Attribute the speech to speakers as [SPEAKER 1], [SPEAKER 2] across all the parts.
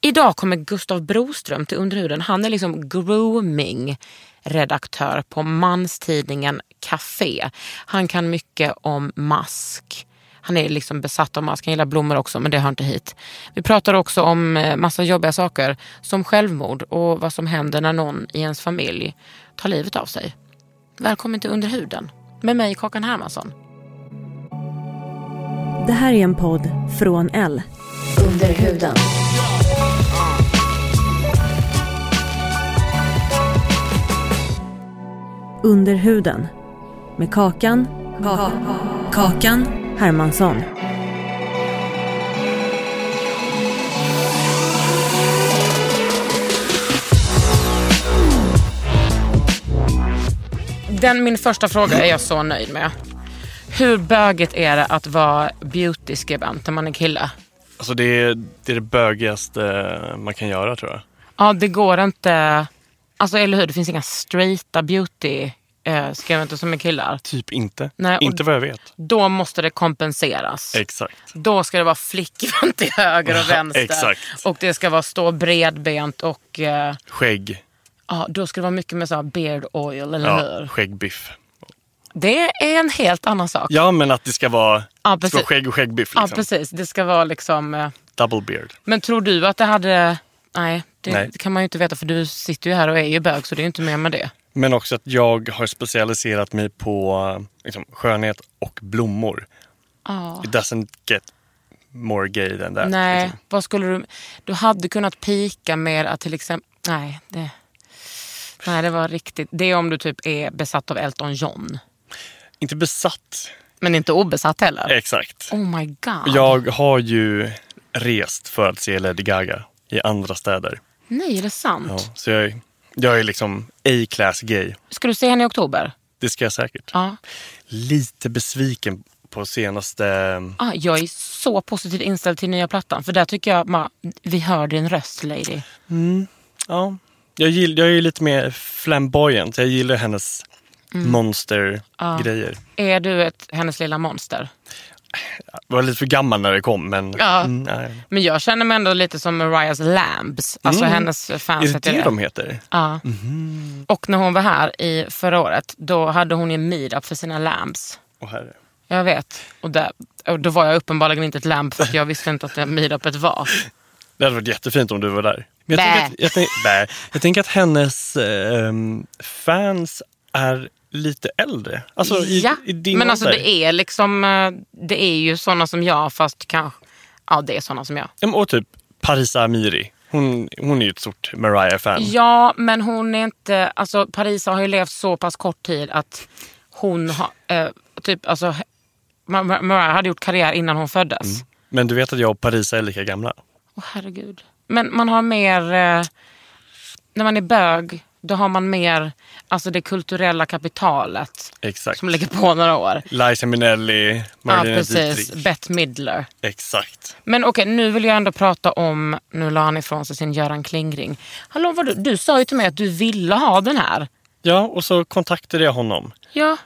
[SPEAKER 1] Idag kommer Gustav Broström till Underhuden. Han är liksom grooming-redaktör på manstidningen Café. Han kan mycket om mask. Han är liksom besatt av mask. Han gillar blommor också, men det hör inte hit. Vi pratar också om eh, massa jobbiga saker som självmord och vad som händer när någon i ens familj tar livet av sig. Välkommen till Underhuden med mig Kakan Hermansson.
[SPEAKER 2] Det här är en podd från L.
[SPEAKER 3] Under huden.
[SPEAKER 2] Under huden. Med Kakan. Kakan. Hermansson.
[SPEAKER 1] Den, min första fråga är jag så nöjd med. Hur bögigt är det att vara beautyskribent när man är kille?
[SPEAKER 4] Alltså det är, det är det bögigaste eh, man kan göra tror jag.
[SPEAKER 1] Ja, det går inte... Alltså, eller hur? Det finns inga straighta beauty-skribenter som är killar.
[SPEAKER 4] Typ inte.
[SPEAKER 1] Nej, och-
[SPEAKER 4] inte vad jag vet.
[SPEAKER 1] Då måste det kompenseras.
[SPEAKER 4] Exakt.
[SPEAKER 1] Då ska det vara flickvän till höger och vänster.
[SPEAKER 4] Exakt.
[SPEAKER 1] Och det ska vara stå bredbent och eh,
[SPEAKER 4] Skägg.
[SPEAKER 1] ja, då ska det vara mycket med så här beard oil, eller
[SPEAKER 4] Ja,
[SPEAKER 1] hur?
[SPEAKER 4] skäggbiff.
[SPEAKER 1] Det är en helt annan sak.
[SPEAKER 4] Ja men att det ska vara,
[SPEAKER 1] Ja,
[SPEAKER 4] det ska vara
[SPEAKER 1] precis.
[SPEAKER 4] skägg och skäggbiff.
[SPEAKER 1] Ja,
[SPEAKER 4] Liksom.
[SPEAKER 1] precis. Det ska vara liksom... Eh,
[SPEAKER 4] Double beard.
[SPEAKER 1] Men tror du att det hade... Nej, det
[SPEAKER 4] Nej.
[SPEAKER 1] kan man ju inte veta för du sitter ju här och är ju bög så det är ju inte mer med det.
[SPEAKER 4] Men också att jag har specialiserat mig på eh, liksom, skönhet och blommor. It doesn't get more gay than that.
[SPEAKER 1] nej,
[SPEAKER 4] Liksom.
[SPEAKER 1] vad skulle du... Du hade kunnat pika med att till exempel... Nej, det... Nej, det var riktigt. Det är om du typ är besatt av Elton John.
[SPEAKER 4] Inte besatt.
[SPEAKER 1] Men inte obesatt heller.
[SPEAKER 4] Exakt.
[SPEAKER 1] Oh my god.
[SPEAKER 4] Jag har ju rest för att se Lady Gaga i andra städer.
[SPEAKER 1] Nej, är det sant?
[SPEAKER 4] Ja, så jag, är- jag är liksom A-class gay.
[SPEAKER 1] Ska du se henne i oktober?
[SPEAKER 4] Det ska jag säkert.
[SPEAKER 1] Ja.
[SPEAKER 4] Lite besviken på senaste...
[SPEAKER 1] Ah, jag är så positivt inställd till nya plattan. För där tycker jag man, vi hör din röst lady.
[SPEAKER 4] Ja, jag, gill, jag är ju lite mer flamboyant. Jag gillar hennes
[SPEAKER 1] Mm.
[SPEAKER 4] monstergrejer.
[SPEAKER 1] Är du ett hennes lilla monster?
[SPEAKER 4] Jag var lite för gammal när det kom, men...
[SPEAKER 1] Ja.
[SPEAKER 4] Mm, nej.
[SPEAKER 1] Men jag känner mig ändå lite som Mariahs Lambs. Alltså hennes fans
[SPEAKER 4] Mm. Är det
[SPEAKER 1] heter
[SPEAKER 4] det de Mhm. heter?
[SPEAKER 1] Ja. Och när hon var här i förra året, då hade hon ju en meetup för sina Lambs.
[SPEAKER 4] Åh, herre.
[SPEAKER 1] Jag vet. Och, där, och då var jag uppenbarligen inte ett lamp för att jag visste inte att det meetupet var.
[SPEAKER 4] Det hade varit jättefint om du var där. Men jag,
[SPEAKER 1] Bä.
[SPEAKER 4] tänker att, jag, tänk, bä. jag tänker att hennes ehm, fans är lite äldre. Alltså i,
[SPEAKER 1] ja.
[SPEAKER 4] i din
[SPEAKER 1] Men alltså
[SPEAKER 4] ålder.
[SPEAKER 1] det är liksom, eh, det är ju sådana som jag fast kanske, ja det är sådana som jag.
[SPEAKER 4] Ja, men Och typ Parisa Amiri. Hon, hon är ju ett stort Mariah-fan.
[SPEAKER 1] Ja men hon är inte, alltså Parisa har ju levt så pass kort tid att hon har, eh, typ alltså Mar- Mar- Mariah hade gjort karriär innan hon föddes.
[SPEAKER 4] Men du vet att jag och Parisa är lika gamla?
[SPEAKER 1] Åh herregud. Men man har mer... Eh, när man är bög, då har man mer alltså det kulturella kapitalet
[SPEAKER 4] Exakt.
[SPEAKER 1] som ligger på några år.
[SPEAKER 4] Liza Minnelli,
[SPEAKER 1] Ja,
[SPEAKER 4] Marlene
[SPEAKER 1] precis.
[SPEAKER 4] Dietrich.
[SPEAKER 1] Bett Midler.
[SPEAKER 4] Exakt.
[SPEAKER 1] Men okej, nu vill jag ändå prata om... Nu la han ifrån sig sin Göran Klingring. Hallå, vad du, du sa ju till mig att du ville ha den här.
[SPEAKER 4] Ja, och så kontaktade jag honom.
[SPEAKER 1] Ja.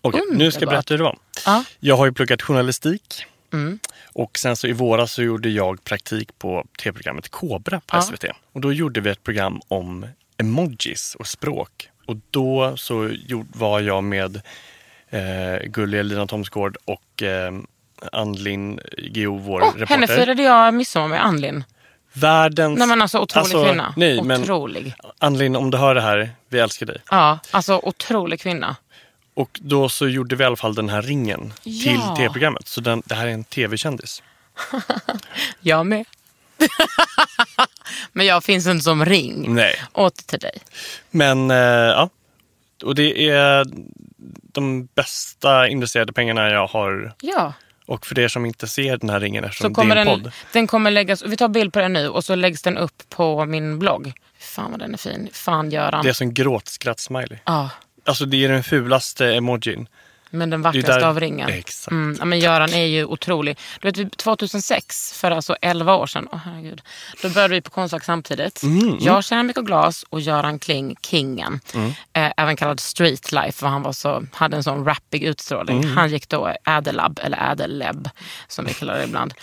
[SPEAKER 4] Okej, nu ska jag
[SPEAKER 1] Underbart.
[SPEAKER 4] berätta hur det var.
[SPEAKER 1] Ja.
[SPEAKER 4] Jag har ju pluggat journalistik.
[SPEAKER 1] Mm.
[SPEAKER 4] Och sen så i våras så gjorde jag praktik på tv-programmet Kobra på
[SPEAKER 1] Ja.
[SPEAKER 4] SVT. Och då gjorde vi ett program om emojis och språk. Och då så gjord- var jag med eh, Gulliga Lina Thomsgård och eh, Ann Lind Geo, vår
[SPEAKER 1] Åh,
[SPEAKER 4] reporter.
[SPEAKER 1] henne firade jag midsommar med Ann Lind.
[SPEAKER 4] Världens...
[SPEAKER 1] Nej men alltså otrolig
[SPEAKER 4] Alltså,
[SPEAKER 1] kvinna.
[SPEAKER 4] nej, men-
[SPEAKER 1] otrolig.
[SPEAKER 4] Ann Lind, om du hör det här, vi älskar dig.
[SPEAKER 1] Ja, alltså otrolig kvinna.
[SPEAKER 4] Och då så gjorde vi i alla fall den här ringen
[SPEAKER 1] Ja.
[SPEAKER 4] till tv-programmet. Så den, det här är en tv-kändis.
[SPEAKER 1] Jag med. men jag finns inte som ring.
[SPEAKER 4] Nej.
[SPEAKER 1] Åter till dig.
[SPEAKER 4] Men eh, ja, och det är de bästa investerade pengarna jag har.
[SPEAKER 1] Ja,
[SPEAKER 4] Och för er som inte ser den här ringen
[SPEAKER 1] så
[SPEAKER 4] eftersom det
[SPEAKER 1] kommer
[SPEAKER 4] är en
[SPEAKER 1] den,
[SPEAKER 4] podd.
[SPEAKER 1] den kommer läggas, vi tar bild på den nu och så läggs den upp på min blogg. Fan vad den är fin. Fan Göran.
[SPEAKER 4] Det är som gråtskratt-smiley.
[SPEAKER 1] Ja,
[SPEAKER 4] Alltså det är den fulaste emojin.
[SPEAKER 1] men den
[SPEAKER 4] Det är
[SPEAKER 1] vackraste
[SPEAKER 4] där-
[SPEAKER 1] av ringen.
[SPEAKER 4] Exakt.
[SPEAKER 1] Mm, ja, men Göran är ju otrolig. Du vet, vi- 2006, för alltså 11 år sedan, åh herregud, då började vi på Konstfack samtidigt. Jag keramik och glas och Göran Kling, kingen. Eh, även kallad Streetlife, för han var så, hade en sån rappig utstrålning. Han gick då Ädelab, eller Ädelleb, som vi kallar det ibland.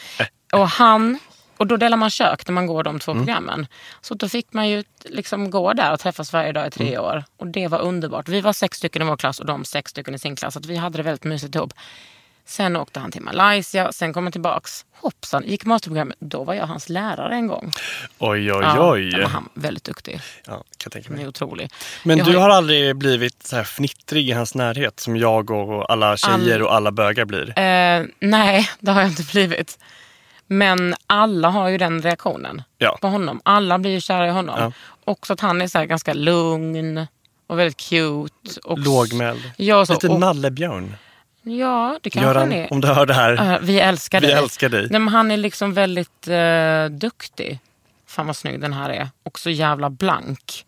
[SPEAKER 1] Och han... Och då delar man kök när man går de två programmen. Så då fick man ju liksom gå där och träffas varje dag i tre år. Och det var underbart. Vi var sex stycken i vår klass och de sex stycken i sin klass. Så att vi hade det väldigt mysigt ihop. Sen åkte han till Malaysia, sen kom han tillbaks. Hoppsan, gick masterprogrammet. Då var jag hans lärare en gång.
[SPEAKER 4] Oj, oj, oj.
[SPEAKER 1] Ja, då var han väldigt duktig.
[SPEAKER 4] Ja, kan jag tänka
[SPEAKER 1] Han är
[SPEAKER 4] mig.
[SPEAKER 1] otrolig.
[SPEAKER 4] Men
[SPEAKER 1] jag
[SPEAKER 4] du
[SPEAKER 1] ju-
[SPEAKER 4] har aldrig blivit så här fnittrig i hans närhet som jag och alla tjejer och alla bögar blir?
[SPEAKER 1] Eh, nej, det har jag inte blivit. Men alla har ju den reaktionen
[SPEAKER 4] Ja.
[SPEAKER 1] på honom. Alla blir ju kära i honom.
[SPEAKER 4] Ja.
[SPEAKER 1] Också att han är så här ganska lugn och väldigt cute. Och
[SPEAKER 4] Lågmäld.
[SPEAKER 1] Ja, så,
[SPEAKER 4] Lite
[SPEAKER 1] och,
[SPEAKER 4] nallebjörn.
[SPEAKER 1] ja det kanske han
[SPEAKER 4] Göran,
[SPEAKER 1] är.
[SPEAKER 4] om du hör det här.
[SPEAKER 1] Eh, vi älskar
[SPEAKER 4] Vi
[SPEAKER 1] dig.
[SPEAKER 4] älskar dig.
[SPEAKER 1] Nej, men han är liksom väldigt eh, duktig. Fan vad snygg den här är. Och så jävla blank.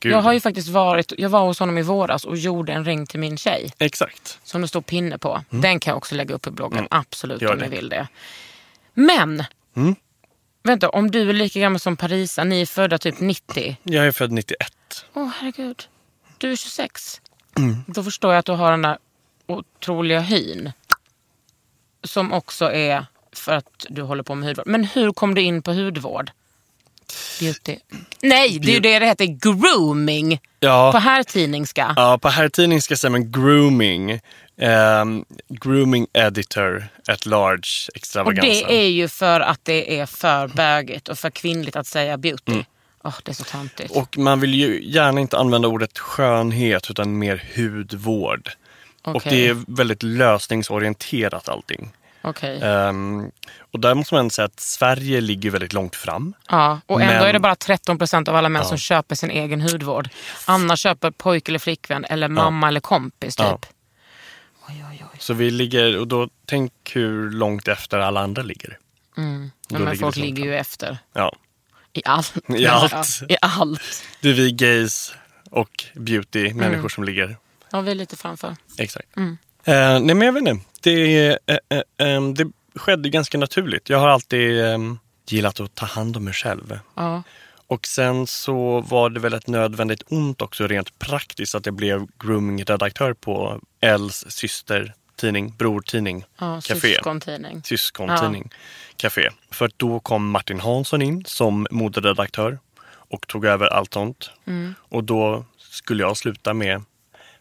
[SPEAKER 4] Gud.
[SPEAKER 1] Jag har ju faktiskt varit, jag var hos honom i våras och gjorde en ring till min tjej.
[SPEAKER 4] Exakt.
[SPEAKER 1] Som det står pinne på. Den kan jag också lägga upp i bloggen. Absolut
[SPEAKER 4] Mm. Gör
[SPEAKER 1] om ni
[SPEAKER 4] det. Mm.
[SPEAKER 1] vill det. Men! Vänta, om du är lika gammal som Parisa, ni är födda typ 90.
[SPEAKER 4] Jag är född 91.
[SPEAKER 1] Åh herregud. Du är 26.
[SPEAKER 4] Mm.
[SPEAKER 1] Då förstår jag att du har den där otroliga hyn. Som också är för att du håller på med hudvård. Men hur kom du in på hudvård? Beauty. Nej, det är ju det det heter. Grooming.
[SPEAKER 4] Ja.
[SPEAKER 1] På här tidningska.
[SPEAKER 4] Ja, på herrtidning ska jag säga men grooming. ehm, grooming editor at large
[SPEAKER 1] Och
[SPEAKER 4] extravaganza.
[SPEAKER 1] det är ju för att det är för bögigt och för kvinnligt att säga beauty. Åh, det är så töntigt.
[SPEAKER 4] Mm. Och man vill ju gärna inte använda ordet skönhet utan mer hudvård. Och
[SPEAKER 1] Okej.
[SPEAKER 4] det är väldigt lösningsorienterat allting.
[SPEAKER 1] Okej.
[SPEAKER 4] Ehm, och där måste man ändå säga att Sverige ligger väldigt långt fram.
[SPEAKER 1] Ja, och ändå
[SPEAKER 4] men-
[SPEAKER 1] är det bara 13 procent av alla män som köper sin egen hudvård. Annars köper pojk eller flickvän eller mamma eller kompis typ.
[SPEAKER 4] Ja. Så vi ligger, och då tänk hur långt efter alla andra ligger.
[SPEAKER 1] Ja,
[SPEAKER 4] Då
[SPEAKER 1] men
[SPEAKER 4] ligger
[SPEAKER 1] folk
[SPEAKER 4] vi så
[SPEAKER 1] ligger ju efter.
[SPEAKER 4] Ja.
[SPEAKER 1] I allt.
[SPEAKER 4] I allt.
[SPEAKER 1] Ja, I allt.
[SPEAKER 4] Det är vi gays och beauty,
[SPEAKER 1] Mm.
[SPEAKER 4] människor som ligger
[SPEAKER 1] Ja, vi är lite framför.
[SPEAKER 4] Exakt. Eh, nej men jag vet inte. Det, eh, eh, ehm, det skedde ganska naturligt. Jag har alltid ehm, gillat att ta hand om mig själv.
[SPEAKER 1] Ja.
[SPEAKER 4] Och sen så var det väl ett nödvändigt ont också rent praktiskt att jag blev grooming-redaktör på Els systertidning, brortidning,
[SPEAKER 1] Ja,
[SPEAKER 4] Café.
[SPEAKER 1] Syskontidning.
[SPEAKER 4] syskontidning, Café. För att då kom Martin Hansson in som moderedaktör och tog över allt sånt.
[SPEAKER 1] Mm.
[SPEAKER 4] Och då skulle jag sluta med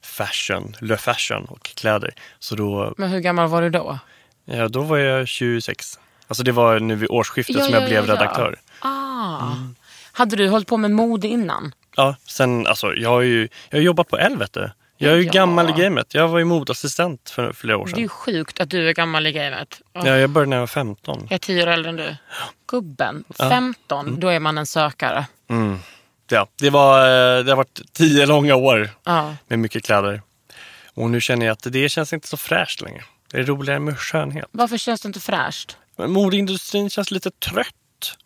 [SPEAKER 4] fashion, le fashion och kläder. Så då,
[SPEAKER 1] Men hur gammal var du då?
[SPEAKER 4] ja, då var jag 26. Alltså det var nu vid årsskiftet
[SPEAKER 1] Ja,
[SPEAKER 4] som
[SPEAKER 1] ja,
[SPEAKER 4] jag blev
[SPEAKER 1] ja, ja.
[SPEAKER 4] redaktör.
[SPEAKER 1] Ah.
[SPEAKER 4] Mm.
[SPEAKER 1] Hade du hållit på med mode innan?
[SPEAKER 4] Ja, sen alltså jag har ju jag har jobbat på Elvete. Jag är ju
[SPEAKER 1] Ja.
[SPEAKER 4] gammal i gamet. Jag var ju modassistent för flera år
[SPEAKER 1] Det är ju
[SPEAKER 4] sedan.
[SPEAKER 1] sjukt att du är gammal i gamet. Åh,
[SPEAKER 4] Ja, jag började när jag var 15.
[SPEAKER 1] Jag är tio år äldre än du. Gubben, 15,
[SPEAKER 4] Mm.
[SPEAKER 1] då är man en sökare.
[SPEAKER 4] Ja, det, var, eh, det har varit tio långa år
[SPEAKER 1] Ja.
[SPEAKER 4] med mycket kläder. Och nu känner jag att det känns inte så fräscht längre. Det är roligare med skönhet.
[SPEAKER 1] Varför känns det inte fräscht?
[SPEAKER 4] Men modeindustrin känns lite trött.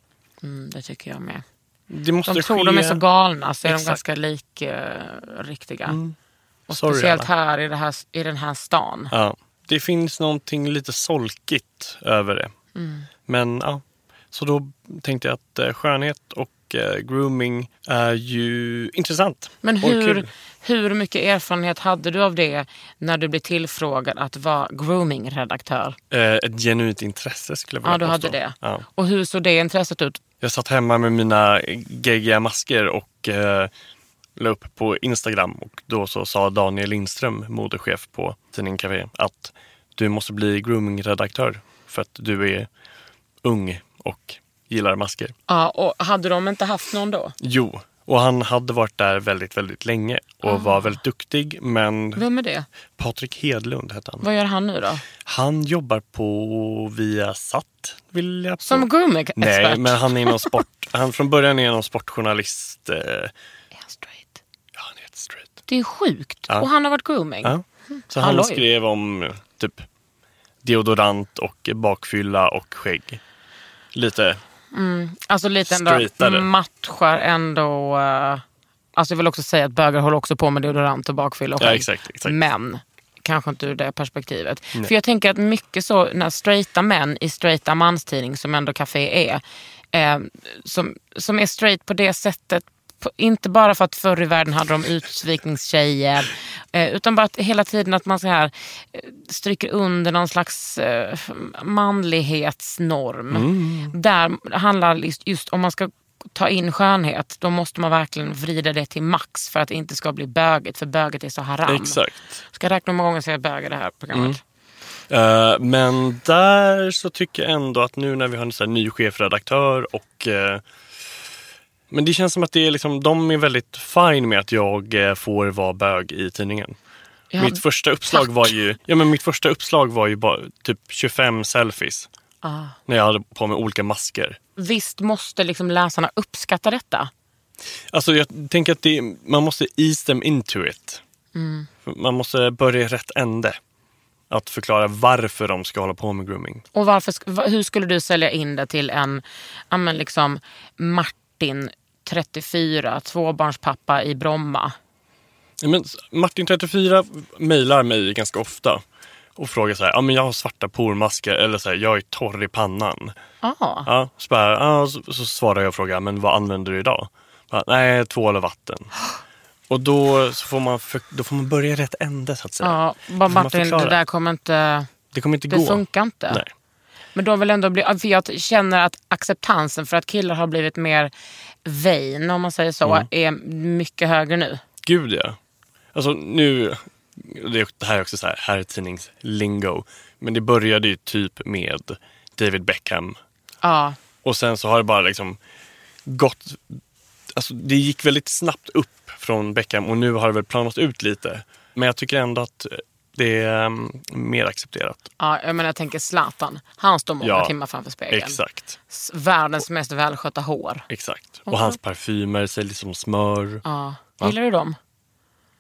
[SPEAKER 1] Mm, det tycker jag med.
[SPEAKER 4] Det måste
[SPEAKER 1] De tror
[SPEAKER 4] ske...
[SPEAKER 1] de är så galna så är de
[SPEAKER 4] Exakt. Mm.
[SPEAKER 1] ganska lik eh, riktiga. Och
[SPEAKER 4] Sorry,
[SPEAKER 1] speciellt
[SPEAKER 4] alla.
[SPEAKER 1] här i, det här i den här stan.
[SPEAKER 4] Ja. Det finns någonting lite solkigt över det.
[SPEAKER 1] Mm.
[SPEAKER 4] Men ja, så då tänkte jag att eh, skönhet och eh, grooming är ju intressant.
[SPEAKER 1] Men
[SPEAKER 4] och
[SPEAKER 1] hur,
[SPEAKER 4] kul.
[SPEAKER 1] hur mycket erfarenhet hade du av det när du blev tillfrågad att vara grooming-redaktör?
[SPEAKER 4] Eh, ett genuint intresse skulle jag vilja
[SPEAKER 1] Ja, du hade
[SPEAKER 4] påstå.
[SPEAKER 1] det.
[SPEAKER 4] Ja.
[SPEAKER 1] Och hur såg det intresset ut?
[SPEAKER 4] Jag satt hemma med mina geggiga masker och eh, la upp på Instagram och då så sa Daniel Lindström, modechef på tidningen Café, att du måste bli grooming-redaktör för att du är ung och gillar masker.
[SPEAKER 1] Ja, och hade de inte haft någon då?
[SPEAKER 4] Jo, och han hade varit där väldigt, väldigt länge och var väldigt duktig. Men
[SPEAKER 1] Vem är det?
[SPEAKER 4] Patrik Hedlund hette han.
[SPEAKER 1] Vad gör han nu då?
[SPEAKER 4] Han jobbar på Viasat, vill jag
[SPEAKER 1] Som
[SPEAKER 4] påstå.
[SPEAKER 1] gummiexpert?
[SPEAKER 4] Nej, men han är någon sport... Han från början är någon sportjournalist. Eh,
[SPEAKER 1] Är han straight?
[SPEAKER 4] ja, han är helt straight.
[SPEAKER 1] Det är sjukt.
[SPEAKER 4] Ja.
[SPEAKER 1] Och han har varit grooming.
[SPEAKER 4] Ja. Så han
[SPEAKER 1] Halloj.
[SPEAKER 4] skrev om eh, typ deodorant och bakfylla och skägg. Lite
[SPEAKER 1] Alltså lite ändå
[SPEAKER 4] Straightare.
[SPEAKER 1] matchar ändå... eh, Alltså jag vill också säga att bögar håller också på med deodorant och bakfylla och
[SPEAKER 4] Ja,
[SPEAKER 1] skägg.
[SPEAKER 4] exakt, exakt.
[SPEAKER 1] Men kanske inte ur det perspektivet. För jag tänker att mycket så när straighta män i straighta manstidning, som ändå Café är, eh, som, som är straight på det sättet på- inte bara för att förr i världen hade de utsvikningstjejer, eh, utan bara att hela tiden att man så här eh, stryker under någon slags eh, manlighetsnorm. Där handlar just, just om man ska ta in skönhet, då måste man verkligen vrida det till max för att det inte ska bli böget, för böget är så haram.
[SPEAKER 4] exakt.
[SPEAKER 1] Ska jag räkna hur många gånger som jag bögar det här programmet?
[SPEAKER 4] Mm. Eh, men där så tycker jag ändå att nu när vi har en sån här ny chefredaktör och eh, men det känns som att det är liksom, de är väldigt fine med att jag eh, får vara bög i tidningen.
[SPEAKER 1] Ja,
[SPEAKER 4] mitt första uppslag var ju ja, men mitt första uppslag var ju bara typ 25 selfies. När jag hade på mig olika masker.
[SPEAKER 1] ah. Visst måste liksom läsarna uppskatta detta?
[SPEAKER 4] Alltså jag tänker att det, man måste ease them into it. Man måste börja i rätt ände. Att förklara varför de ska hålla på med grooming.
[SPEAKER 1] Och varför, sk- va- hur skulle du sälja in det till en ja, men liksom Martin, 34, tvåbarnspappa i Bromma?
[SPEAKER 4] Ja, Men Martin34 mejlar mig ganska ofta och frågar så här, ja men jag har svarta pormasker eller så här, jag är torr i pannan.
[SPEAKER 1] Ja,
[SPEAKER 4] Ja, så, bara, ja, så, så svarar jag och frågar, men vad använder du idag? Bara, Nej, tvål och vatten. Och då, så får man för, då får man börja i rätt ände så att säga.
[SPEAKER 1] ja.
[SPEAKER 4] Då
[SPEAKER 1] Bara,
[SPEAKER 4] får man
[SPEAKER 1] Martin, det
[SPEAKER 4] förklara.
[SPEAKER 1] där kommer inte...
[SPEAKER 4] det kommer inte
[SPEAKER 1] Det
[SPEAKER 4] gå.
[SPEAKER 1] funkar inte.
[SPEAKER 4] Nej.
[SPEAKER 1] Men de vill ändå bli... För jag känner att acceptansen för att killar har blivit mer vain, om man säger
[SPEAKER 4] Mm.
[SPEAKER 1] så, är mycket högre nu.
[SPEAKER 4] Gud ja. Alltså nu, det det här är också så här, här är tidningslingo. Men det började ju typ med David Beckham
[SPEAKER 1] Ja.
[SPEAKER 4] Och sen så har det bara liksom gått... Alltså det gick väldigt snabbt upp från Beckham och nu har det väl planat ut lite. Men jag tycker ändå att det är mm, mer accepterat.
[SPEAKER 1] Ja, jag menar jag tänker Zlatan. Han står många
[SPEAKER 4] Ja,
[SPEAKER 1] timmar framför spegeln.
[SPEAKER 4] Exakt.
[SPEAKER 1] S- Världens mest välskötta hår.
[SPEAKER 4] Exakt. Och hans parfymer säljs som smör.
[SPEAKER 1] Ja. Gillar du dem?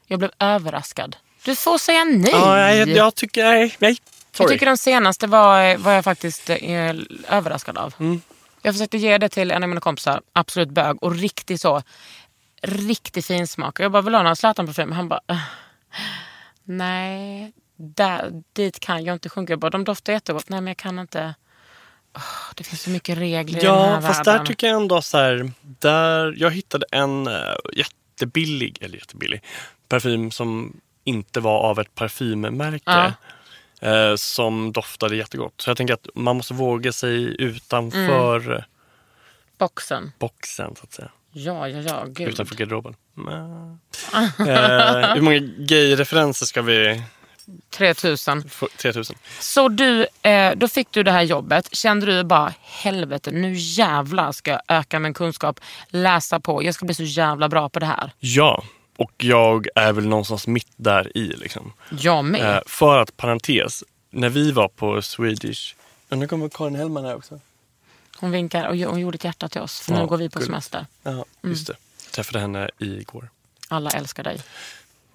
[SPEAKER 1] Jag blev överraskad. Du får säga nej!
[SPEAKER 4] Ja, nej, jag, jag tycker... Nej, nej.
[SPEAKER 1] jag
[SPEAKER 4] Sorry.
[SPEAKER 1] tycker de senaste var, var jag faktiskt eh, överraskad av.
[SPEAKER 4] Mm.
[SPEAKER 1] Jag försökte ge det till en av mina kompisar, absolut bög, och riktigt så, riktig finsmak. Jag bara, vill du ha någon Zlatan-parfym? Han bara, "Eh, nej, där, dit kan jag inte sjunka. Jag bara, de doftar jättegott. Nej, men jag kan inte. Åh, det finns så mycket regler i den
[SPEAKER 4] Ja,
[SPEAKER 1] här
[SPEAKER 4] fast
[SPEAKER 1] världen.
[SPEAKER 4] där tycker jag ändå så här... Där, jag hittade en eh, jättebillig, eller jättebillig, parfym som inte var av ett parfymmärke. Eh, som doftade jättegott. Så jag tänker att man måste våga sig utanför
[SPEAKER 1] Mm. Boxen.
[SPEAKER 4] boxen, så att säga.
[SPEAKER 1] Ja, ja, ja. Gud.
[SPEAKER 4] Utanför garderoben. Mm. eh, hur många gay-referenser ska vi...
[SPEAKER 1] 3000.
[SPEAKER 4] få? 3000.
[SPEAKER 1] Så du, eh, då fick du det här jobbet. Kände du bara helvete, nu jävlar ska jag öka min kunskap, läsa på. Jag ska bli så jävla bra på det här.
[SPEAKER 4] Ja, och jag är väl någonstans mitt där i liksom.
[SPEAKER 1] Jag med.
[SPEAKER 4] Eh, för att, parentes, när vi var på Swedish... Ja, nu kommer Karin Hellman här också.
[SPEAKER 1] Hon vinkar och gö- hon gjorde ett hjärta till oss. För
[SPEAKER 4] Ja,
[SPEAKER 1] nu går vi på
[SPEAKER 4] gulligt.
[SPEAKER 1] semester.
[SPEAKER 4] Ja, just det. Träffade henne igår.
[SPEAKER 1] Alla älskar dig.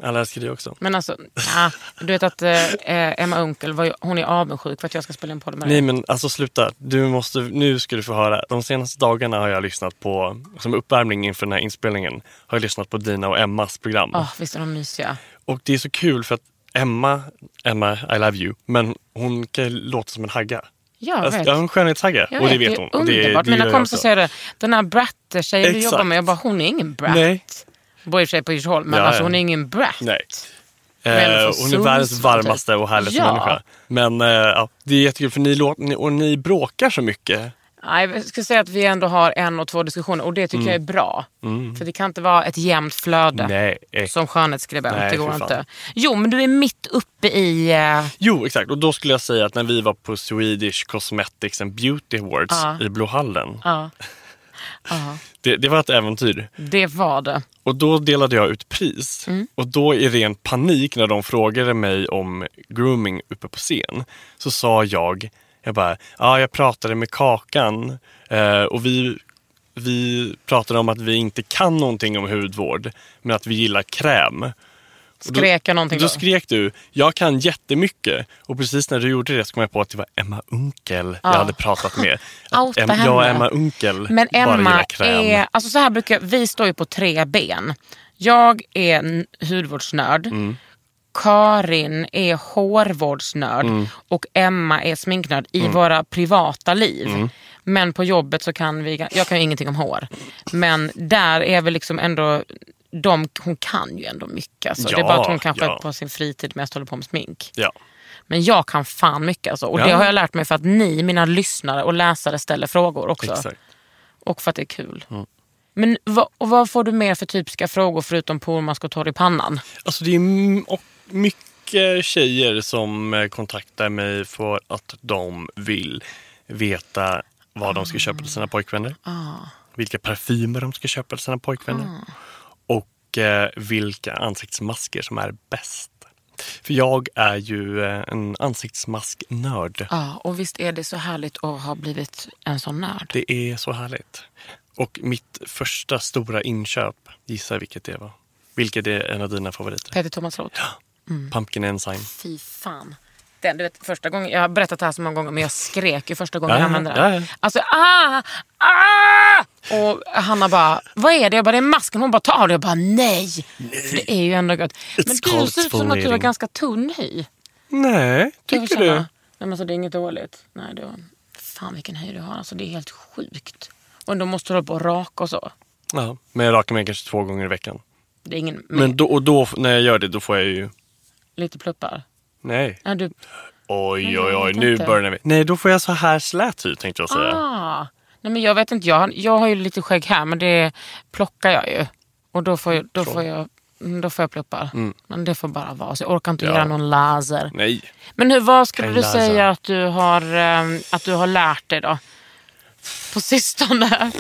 [SPEAKER 4] Alla älskar dig också.
[SPEAKER 1] Men alltså, ja, du vet att eh, eh, Emma Unkel, var ju, hon är avundsjuk för att jag ska spela in podd med
[SPEAKER 4] Nej
[SPEAKER 1] dig.
[SPEAKER 4] men alltså sluta. Du måste, nu ska du få höra. De senaste dagarna har jag lyssnat på, som uppvärmning inför den här inspelningen, har jag lyssnat på dina och Emmas program.
[SPEAKER 1] Åh, visst är de mysiga?
[SPEAKER 4] Och det är så kul för att Emma, Emma I love you, men hon kan låta som en hagga.
[SPEAKER 1] Ja,
[SPEAKER 4] Alltså,
[SPEAKER 1] vet.
[SPEAKER 4] jag har en skönhetshagga
[SPEAKER 1] Jag
[SPEAKER 4] och det
[SPEAKER 1] vet,
[SPEAKER 4] vet hon.
[SPEAKER 1] Det är
[SPEAKER 4] Och det-
[SPEAKER 1] underbart.
[SPEAKER 4] det gör
[SPEAKER 1] Mina
[SPEAKER 4] jag
[SPEAKER 1] kompisar
[SPEAKER 4] också.
[SPEAKER 1] säger det. Den här brat-tjejen du
[SPEAKER 4] Exakt.
[SPEAKER 1] jobbar med. Jag bara, hon är ingen brat.
[SPEAKER 4] Nej.
[SPEAKER 1] Bor i och för sig på Djursholm, men
[SPEAKER 4] Ja,
[SPEAKER 1] alltså
[SPEAKER 4] ja.
[SPEAKER 1] hon är ingen brat.
[SPEAKER 4] Nej.
[SPEAKER 1] Väl
[SPEAKER 4] Eh,
[SPEAKER 1] från
[SPEAKER 4] hon är världens
[SPEAKER 1] Sundsvall, typ.
[SPEAKER 4] varmaste och härligaste
[SPEAKER 1] Ja.
[SPEAKER 4] människa. Men eh, ja, det är jättekul för ni, låter, ni, och ni bråkar så mycket.
[SPEAKER 1] Nej, jag skulle säga att vi ändå har en och två diskussioner och det tycker jag är bra. För det kan inte vara ett jämnt flöde
[SPEAKER 4] Mm. Nej.
[SPEAKER 1] som skönhetsgrebent.
[SPEAKER 4] Nej,
[SPEAKER 1] det
[SPEAKER 4] fy
[SPEAKER 1] går
[SPEAKER 4] fan.
[SPEAKER 1] inte. Jo, men du är mitt uppe i... eh,
[SPEAKER 4] Jo, exakt. Och då skulle jag säga att när vi var på Swedish Cosmetics and Beauty Awards
[SPEAKER 1] Ja.
[SPEAKER 4] i Blåhallen.
[SPEAKER 1] Ja,
[SPEAKER 4] Det, det var ett äventyr.
[SPEAKER 1] det var det.
[SPEAKER 4] Och då delade jag ut pris.
[SPEAKER 1] Mm.
[SPEAKER 4] Och då i ren panik när de frågade mig om grooming uppe på scen. Så sa jag, jag bara, ja jag pratade med Kakan eh, och vi, vi pratade om att vi inte kan någonting om hudvård. Men att vi gillar kräm.
[SPEAKER 1] Skrek jag någonting
[SPEAKER 4] Då
[SPEAKER 1] då?
[SPEAKER 4] skrek du, jag kan jättemycket. Och precis när du gjorde det så kom jag på att det var Emma Unkel jag
[SPEAKER 1] Ja.
[SPEAKER 4] hade pratat med.
[SPEAKER 1] Ah. Outa
[SPEAKER 4] Em- jag och
[SPEAKER 1] henne.
[SPEAKER 4] Emma Unkel
[SPEAKER 1] Men
[SPEAKER 4] bara
[SPEAKER 1] Emma
[SPEAKER 4] gillar kräm.
[SPEAKER 1] är... Alltså så här brukar, vi står ju på tre ben. Jag är en hudvårdsnörd.
[SPEAKER 4] Mm.
[SPEAKER 1] Karin är hårvårdsnörd
[SPEAKER 4] Mm.
[SPEAKER 1] och Emma är sminknörd i våra privata liv.
[SPEAKER 4] Mm.
[SPEAKER 1] Men på jobbet så kan vi, jag kan ju ingenting om hår. Men där är vi liksom ändå, de, hon kan ju ändå mycket. Alltså. det är
[SPEAKER 4] Ja,
[SPEAKER 1] bara att hon kanske
[SPEAKER 4] ja.
[SPEAKER 1] på sin fritid mest håller på med smink.
[SPEAKER 4] Ja.
[SPEAKER 1] Men jag kan fan mycket alltså. Och det
[SPEAKER 4] Ja.
[SPEAKER 1] har jag lärt mig för att ni, mina lyssnare och läsare ställer frågor också.
[SPEAKER 4] Exakt.
[SPEAKER 1] Och för att det är kul. Men vad, och vad får du mer för typiska frågor förutom pormask och torr i pannan?
[SPEAKER 4] Alltså det är m- och mycket tjejer som eh, kontaktar mig för att de vill veta vad de ska köpa till
[SPEAKER 1] Ah.
[SPEAKER 4] sina pojkvänner. Vilka parfymer de ska köpa till sina pojkvänner.
[SPEAKER 1] Ah.
[SPEAKER 4] Och eh, vilka ansiktsmasker som är bäst. För jag är ju eh, en ansiktsmasknörd.
[SPEAKER 1] Ja, och visst är det så härligt att ha blivit en sån nörd?
[SPEAKER 4] Det är så härligt. Och mitt första stora inköp, gissa vilket det var. Vilket är en av dina favoriter?
[SPEAKER 1] Peter Thomas Roth. Mm.
[SPEAKER 4] Pumpkin Enzyme.
[SPEAKER 1] Fy fan. Den, du vet, första gången, jag har berättat det här så många gånger men jag skrek ju första gången
[SPEAKER 4] Ja,
[SPEAKER 1] jag använde
[SPEAKER 4] ja,
[SPEAKER 1] den.
[SPEAKER 4] ja.
[SPEAKER 1] Alltså ah, ah! Och Hanna bara, vad är det? Jag bara, det är masken. Hon bara, ta det. Jag bara, nej. För det är ju ändå gött. Men du
[SPEAKER 4] called
[SPEAKER 1] ser ut som att du har
[SPEAKER 4] exfoliating.
[SPEAKER 1] ganska tunn hy.
[SPEAKER 4] Nej,
[SPEAKER 1] Jag vill
[SPEAKER 4] tycker
[SPEAKER 1] känna-
[SPEAKER 4] du?
[SPEAKER 1] Nej men alltså det är inget dåligt. Nej, det var... Fan vilken hy du har. Alltså det är helt sjukt. Och då måste du hålla på och raka och så.
[SPEAKER 4] Ja, men jag rakar mig kanske två gånger i veckan.
[SPEAKER 1] Det är ingen...
[SPEAKER 4] Men då, och då, när jag gör det, då får jag ju...
[SPEAKER 1] Lite pluppar.
[SPEAKER 4] Nej.
[SPEAKER 1] Ja, du...
[SPEAKER 4] Oj,
[SPEAKER 1] jag
[SPEAKER 4] oj, oj,
[SPEAKER 1] vet
[SPEAKER 4] nu
[SPEAKER 1] inte.
[SPEAKER 4] börjar vi. Nej, då får jag så här slät hy tänkte jag säga.
[SPEAKER 1] Ah. Nej men jag vet inte. Jag har, jag har ju lite skägg här men det plockar jag ju. Och då får jag, då får jag, mm, då får jag pluppar. Men det får bara vara så. Jag orkar inte
[SPEAKER 4] Ja.
[SPEAKER 1] göra någon laser.
[SPEAKER 4] Nej.
[SPEAKER 1] Men hur, vad skulle
[SPEAKER 4] En
[SPEAKER 1] du
[SPEAKER 4] laser.
[SPEAKER 1] säga att du, har, ehm, att du har lärt dig då? På sistone.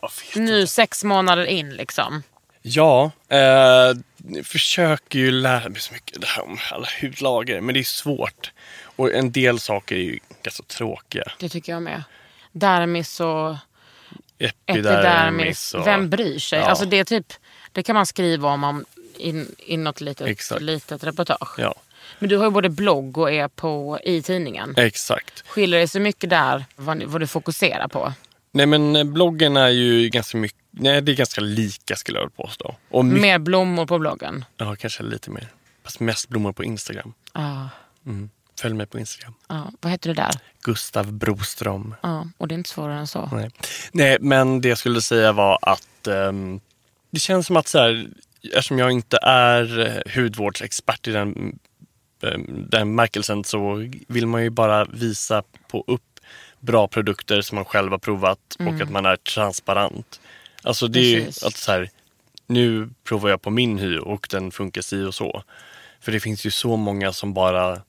[SPEAKER 4] Jag vet
[SPEAKER 1] Nu sex månader in liksom.
[SPEAKER 4] Ja, eh, försöker ju lära mig så mycket det här om alla hudlager, men det är svårt. Och en del saker är ju ganska tråkiga.
[SPEAKER 1] Det tycker jag med. Dermis och
[SPEAKER 4] Epidermis
[SPEAKER 1] epidermis.
[SPEAKER 4] och...
[SPEAKER 1] Vem bryr sig?
[SPEAKER 4] Ja.
[SPEAKER 1] Alltså det, är typ, det kan man skriva om, om i, i något litet,
[SPEAKER 4] Exakt.
[SPEAKER 1] litet reportage.
[SPEAKER 4] Ja,
[SPEAKER 1] Men du har ju både blogg och är på, i tidningen.
[SPEAKER 4] exakt.
[SPEAKER 1] Skiljer det sig mycket där vad, ni- vad du fokuserar på?
[SPEAKER 4] Nej, men eh, bloggen är ju ganska mycket... Nej, det är ganska lika skulle jag väl påstå. Och mycket...
[SPEAKER 1] Mer blommor på bloggen.
[SPEAKER 4] Ja, kanske lite mer. Fast mest blommor på Instagram.
[SPEAKER 1] Ja,
[SPEAKER 4] Följ mig på Instagram.
[SPEAKER 1] ja. vad heter du där?
[SPEAKER 4] Gustav Broström.
[SPEAKER 1] Ja, och det är inte svårare än så.
[SPEAKER 4] Nej. Nej, men det jag skulle säga var att ehm, det känns som att så här, eftersom jag inte är eh, hudvårdsexpert i den, ehm, den märkelsen så vill man ju bara visa på upp bra produkter som man själv har provat och att man är transparent. Alltså det är ju
[SPEAKER 1] Precis.
[SPEAKER 4] att så här, nu provar jag på min hy och den funkar si och så. För det finns ju så många som bara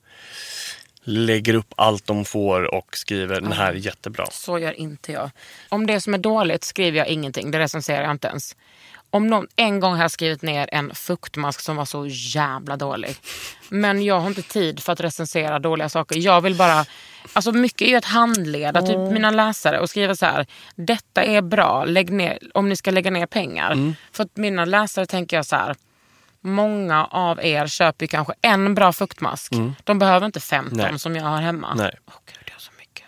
[SPEAKER 4] lägger upp allt de får och skriver den här är jättebra.
[SPEAKER 1] Så gör inte jag. Om det som är dåligt skriver jag ingenting. Det recenserar jag inte ens. Om någon, en gång har jag skrivit ner en fuktmask som var så jävla dålig. Men jag har inte tid för att recensera dåliga saker. Jag vill bara... Alltså mycket är ju att handleda typ mina läsare och skriva så här. Detta är bra, lägg ner, om ni ska lägga ner pengar. För att mina läsare tänker jag så här. Många av er köper ju kanske en bra fuktmask. De behöver inte 15
[SPEAKER 4] Nej.
[SPEAKER 1] som jag har hemma.
[SPEAKER 4] Nej.
[SPEAKER 1] Åh gud, jag har så mycket.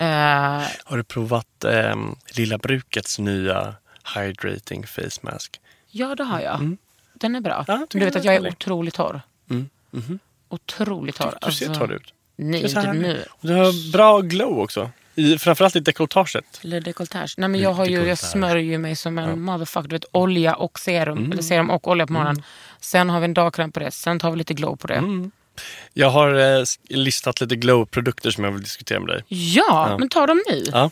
[SPEAKER 1] Eh,
[SPEAKER 4] Har du provat ehm, Lilla Brukets nya Hydrating Face Mask?
[SPEAKER 1] Ja, det har jag. Den är bra.
[SPEAKER 4] Mm. Ja, tycker
[SPEAKER 1] du vet
[SPEAKER 4] den
[SPEAKER 1] att
[SPEAKER 4] är
[SPEAKER 1] jag är
[SPEAKER 4] härlig. Mm, mhm.
[SPEAKER 1] otroligt torr. Otroligt torr. Alltså,
[SPEAKER 4] Du ser torr ut.
[SPEAKER 1] Nej,
[SPEAKER 4] Du ser
[SPEAKER 1] inte
[SPEAKER 4] härlig
[SPEAKER 1] nu.
[SPEAKER 4] ut. Du har bra glow också. I, framförallt i dekolletaget.
[SPEAKER 1] Eller dekolletage. Nej, men jag, har ju, jag
[SPEAKER 4] Dekolletage.
[SPEAKER 1] smörjer ju mig som en motherfucker. Du vet,
[SPEAKER 4] Mm. Mm.
[SPEAKER 1] olja och serum. Eller serum och olja på morgonen. Sen har vi en dagkräm på det. Sen tar vi lite glow på det.
[SPEAKER 4] Jag har eh, s- listat lite glow-produkter som jag vill diskutera med dig.
[SPEAKER 1] Ja, men ta dem nu.
[SPEAKER 4] Ja.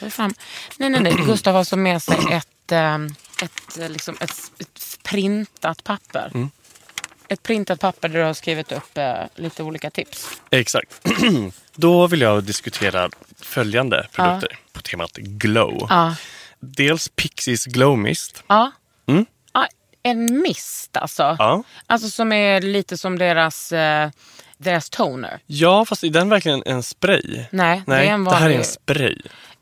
[SPEAKER 1] Ta fram. Nej, nej, nej. Gustav har som med sig ett, eh, ett, eh, liksom ett, ett printat papper. Ett printat papper där du har skrivit upp eh, lite olika tips.
[SPEAKER 4] Exakt. Då vill jag diskutera följande produkter på temat glow.
[SPEAKER 1] Ja.
[SPEAKER 4] Dels Pixies Glow Mist.
[SPEAKER 1] Ja. ja en mist alltså.
[SPEAKER 4] Ja.
[SPEAKER 1] Alltså som är lite som deras, eh, deras toner.
[SPEAKER 4] ja, fast är den verkligen en spray?
[SPEAKER 1] Nej, det är en
[SPEAKER 4] det här är en
[SPEAKER 1] vanlig-
[SPEAKER 4] spray.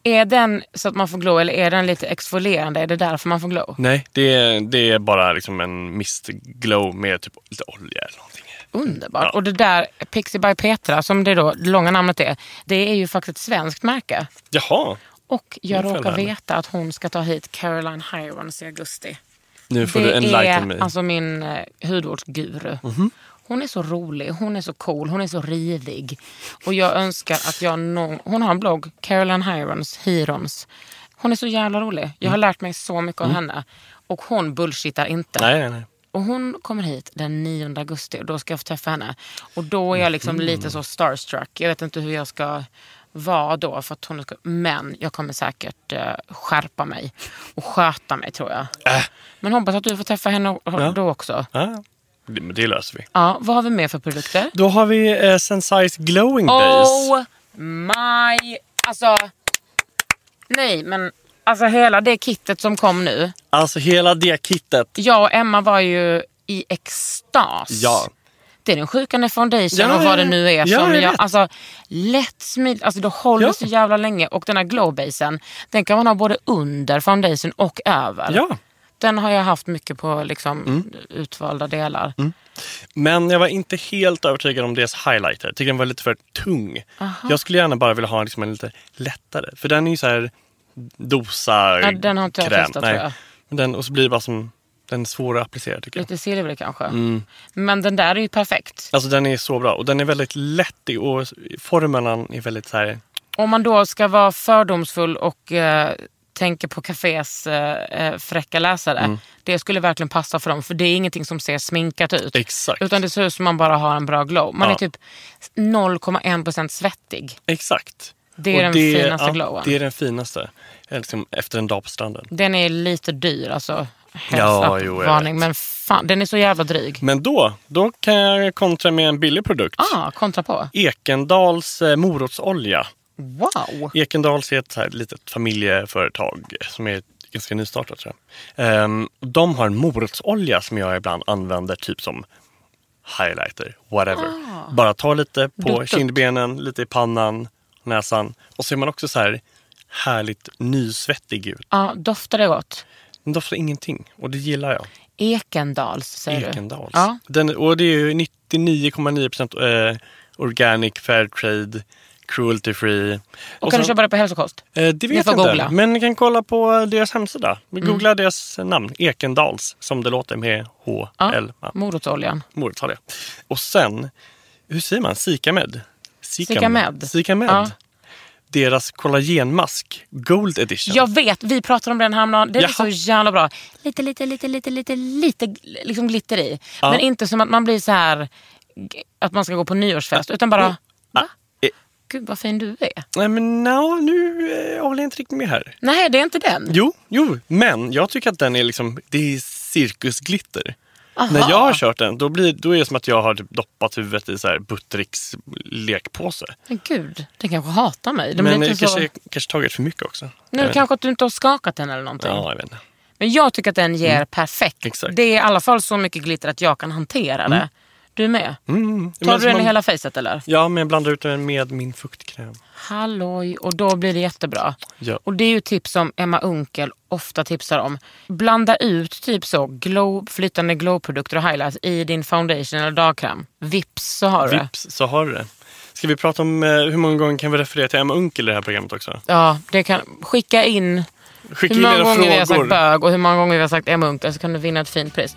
[SPEAKER 1] Är den så att man får glow eller är den lite exfolierande? Är det därför man får glow?
[SPEAKER 4] Nej, det är, det är bara liksom en mistglow med typ lite olja eller någonting.
[SPEAKER 1] Underbart. Och det där Pixie by Petra, som det, då, det långa namnet är, det är ju faktiskt ett svenskt märke.
[SPEAKER 4] Jaha,
[SPEAKER 1] Och jag
[SPEAKER 4] Nu föll
[SPEAKER 1] råkar
[SPEAKER 4] henne.
[SPEAKER 1] veta att hon ska ta hit Caroline Hirons i augusti.
[SPEAKER 4] nu får du
[SPEAKER 1] det
[SPEAKER 4] enlighten Mhm. mig.
[SPEAKER 1] är alltså min eh, hudvårdsguru. Hon är så rolig, hon är så cool, hon är så rivig. Och jag önskar att jag någon... Hon har en blogg, Caroline Hirons, Hirons. Hon är så jävla rolig. Jag har lärt mig så mycket av henne. Och hon bullshittar inte.
[SPEAKER 4] Mm. Nej, nej, nej.
[SPEAKER 1] Och hon kommer hit den 9 augusti och då ska jag få träffa henne. Och då är jag liksom lite så starstruck. Jag vet inte hur jag ska vara då. För att hon ska... Men jag kommer säkert eh, skärpa mig och sköta mig tror jag. Men hoppas att du får träffa henne och- och- då också.
[SPEAKER 4] Ah, det, men det löser vi.
[SPEAKER 1] Ja, vad har vi mer för produkter?
[SPEAKER 4] Då har vi eh, Sensai's Glowing Base.
[SPEAKER 1] Oh my... Alltså... Nej, men alltså hela det kittet som kom nu.
[SPEAKER 4] Alltså hela det kittet.
[SPEAKER 1] Jag och Emma var ju i extas.
[SPEAKER 4] Ja.
[SPEAKER 1] Det är den sjukande foundation
[SPEAKER 4] Ja,
[SPEAKER 1] och vad
[SPEAKER 4] ja,
[SPEAKER 1] det nu är.
[SPEAKER 4] ja,
[SPEAKER 1] som
[SPEAKER 4] jag
[SPEAKER 1] jag,
[SPEAKER 4] vet.
[SPEAKER 1] alltså, lätt smid, alltså det håller
[SPEAKER 4] Ja.
[SPEAKER 1] så jävla länge. Och den här glowbasen, den kan man ha både under foundation och över.
[SPEAKER 4] Ja. Mm.
[SPEAKER 1] Den har jag haft mycket på liksom, utvalda delar.
[SPEAKER 4] Men jag var inte helt övertygad om deras highlighter. Jag tycker den var lite för tung. Jag skulle gärna bara vilja ha liksom en lite lättare. För den är ju så här dosa
[SPEAKER 1] Ja, den har inte jag
[SPEAKER 4] kräm.
[SPEAKER 1] testat,
[SPEAKER 4] Nej.
[SPEAKER 1] tror jag.
[SPEAKER 4] Men Den, och så blir det bara som, den är svår att applicera tycker jag.
[SPEAKER 1] Lite silver kanske.
[SPEAKER 4] Mm.
[SPEAKER 1] Men den där är ju perfekt.
[SPEAKER 4] Alltså den är så bra och den är väldigt lätt i och formen är väldigt så här.
[SPEAKER 1] Om man då ska vara fördomsfull och eh, tänker på kafés eh, eh, fräcka läsare.
[SPEAKER 4] Mm.
[SPEAKER 1] Det skulle verkligen passa för dem för det är ingenting som ser sminkat ut.
[SPEAKER 4] Exakt.
[SPEAKER 1] Utan det ser ut som man bara har en bra glow. Man
[SPEAKER 4] Ja.
[SPEAKER 1] är typ 0,1% svettig.
[SPEAKER 4] Exakt.
[SPEAKER 1] Det är
[SPEAKER 4] Och
[SPEAKER 1] den finaste glowen.
[SPEAKER 4] Det är den finaste. Eh, Liksom efter en dag på stranden.
[SPEAKER 1] Den är lite dyr alltså.
[SPEAKER 4] Ja, jo, jag
[SPEAKER 1] varning,
[SPEAKER 4] vet.
[SPEAKER 1] men fan, den är så jävla dryg.
[SPEAKER 4] Men då, då kan jag kontra med en billig produkt.
[SPEAKER 1] Ah, kontra på.
[SPEAKER 4] Ekendals eh, morotsolja.
[SPEAKER 1] Wow!
[SPEAKER 4] Ekendals är ett så här litet familjeföretag som är ganska nystartat tror jag. Ehm, och de har en morotsolja som jag ibland använder typ som highlighter, whatever.
[SPEAKER 1] Ah.
[SPEAKER 4] Bara ta lite på
[SPEAKER 1] Dutt, dutt.
[SPEAKER 4] kindbenen, lite i pannan, näsan och så är man också så här härligt nysvettig ut.
[SPEAKER 1] Ja, doftar det gott?
[SPEAKER 4] Den doftar ingenting och det gillar jag.
[SPEAKER 1] Ekendals säger
[SPEAKER 4] Ekendals.
[SPEAKER 1] du? Ja.
[SPEAKER 4] Den, och det är ju 99,9% eh, organic, fair trade, cruelty free.
[SPEAKER 1] Och, kan
[SPEAKER 4] sen-
[SPEAKER 1] du köpa det på hälsokost?
[SPEAKER 4] Eh, det vet
[SPEAKER 1] får
[SPEAKER 4] jag inte.
[SPEAKER 1] googla. Mm.
[SPEAKER 4] Men ni kan kolla på deras hemsida. Googla deras namn, Ekendals, som det låter med H,
[SPEAKER 1] Ja.
[SPEAKER 4] L, ja.
[SPEAKER 1] Morotsoljan.
[SPEAKER 4] Mordet har det. Och sen, hur säger man? Sikamed?
[SPEAKER 1] Sikamed.
[SPEAKER 4] Sikamed.
[SPEAKER 1] Ja.
[SPEAKER 4] Deras kollagenmask, Gold Edition.
[SPEAKER 1] Jag vet, vi pratade om den häromdagen. Den
[SPEAKER 4] Jaha.
[SPEAKER 1] är så jävla bra. Lite, lite, lite, lite, lite, lite liksom glitter i. Men inte som att man blir så här g- att man ska gå på nyårsfest. Utan bara, va?
[SPEAKER 4] eh.
[SPEAKER 1] Gud vad fin du är.
[SPEAKER 4] Nej men no, nu eh, håller jag inte riktigt med här.
[SPEAKER 1] Nej, det är inte den.
[SPEAKER 4] Jo, jo, men jag tycker att den är liksom, det är cirkusglitter. När jag har kört den, då, blir, då är det som att jag har typ doppat huvudet i så här Buttericks lekpåse.
[SPEAKER 1] Men gud, den kanske hatar mig. Den
[SPEAKER 4] Men
[SPEAKER 1] blir
[SPEAKER 4] jag
[SPEAKER 1] lite så...
[SPEAKER 4] kanske, kanske tagit för mycket också. Jag
[SPEAKER 1] Nu
[SPEAKER 4] vet inte.
[SPEAKER 1] kanske att du inte har skakat den eller någonting.
[SPEAKER 4] Ja, jag vet inte.
[SPEAKER 1] Men jag tycker att den ger perfekt.
[SPEAKER 4] Exakt. Mm.
[SPEAKER 1] Det är i alla fall så mycket glitter att jag kan hantera det. Du med? Tar
[SPEAKER 4] Men
[SPEAKER 1] du den
[SPEAKER 4] man-
[SPEAKER 1] i hela facet eller?
[SPEAKER 4] Ja, men jag blandar ut den med min fuktkräm.
[SPEAKER 1] Halloj, och då blir det jättebra.
[SPEAKER 4] Ja.
[SPEAKER 1] Och det är ju tips som Emma Unkel ofta tipsar om. Blanda ut typ så glow, flytande glowprodukter och highlights i din foundation eller dagkräm. Vips så har du det.
[SPEAKER 4] Vips, så har du det. Ska vi prata om eh, hur många gånger kan vi referera till Emma Unkel i det här programmet också?
[SPEAKER 1] Ja, det kan, skicka in
[SPEAKER 4] Skicka
[SPEAKER 1] hur
[SPEAKER 4] in
[SPEAKER 1] många
[SPEAKER 4] era
[SPEAKER 1] gånger vi har
[SPEAKER 4] frågor.
[SPEAKER 1] sagt bög och hur många gånger vi har sagt Emma Unkel så kan du vinna ett fint pris.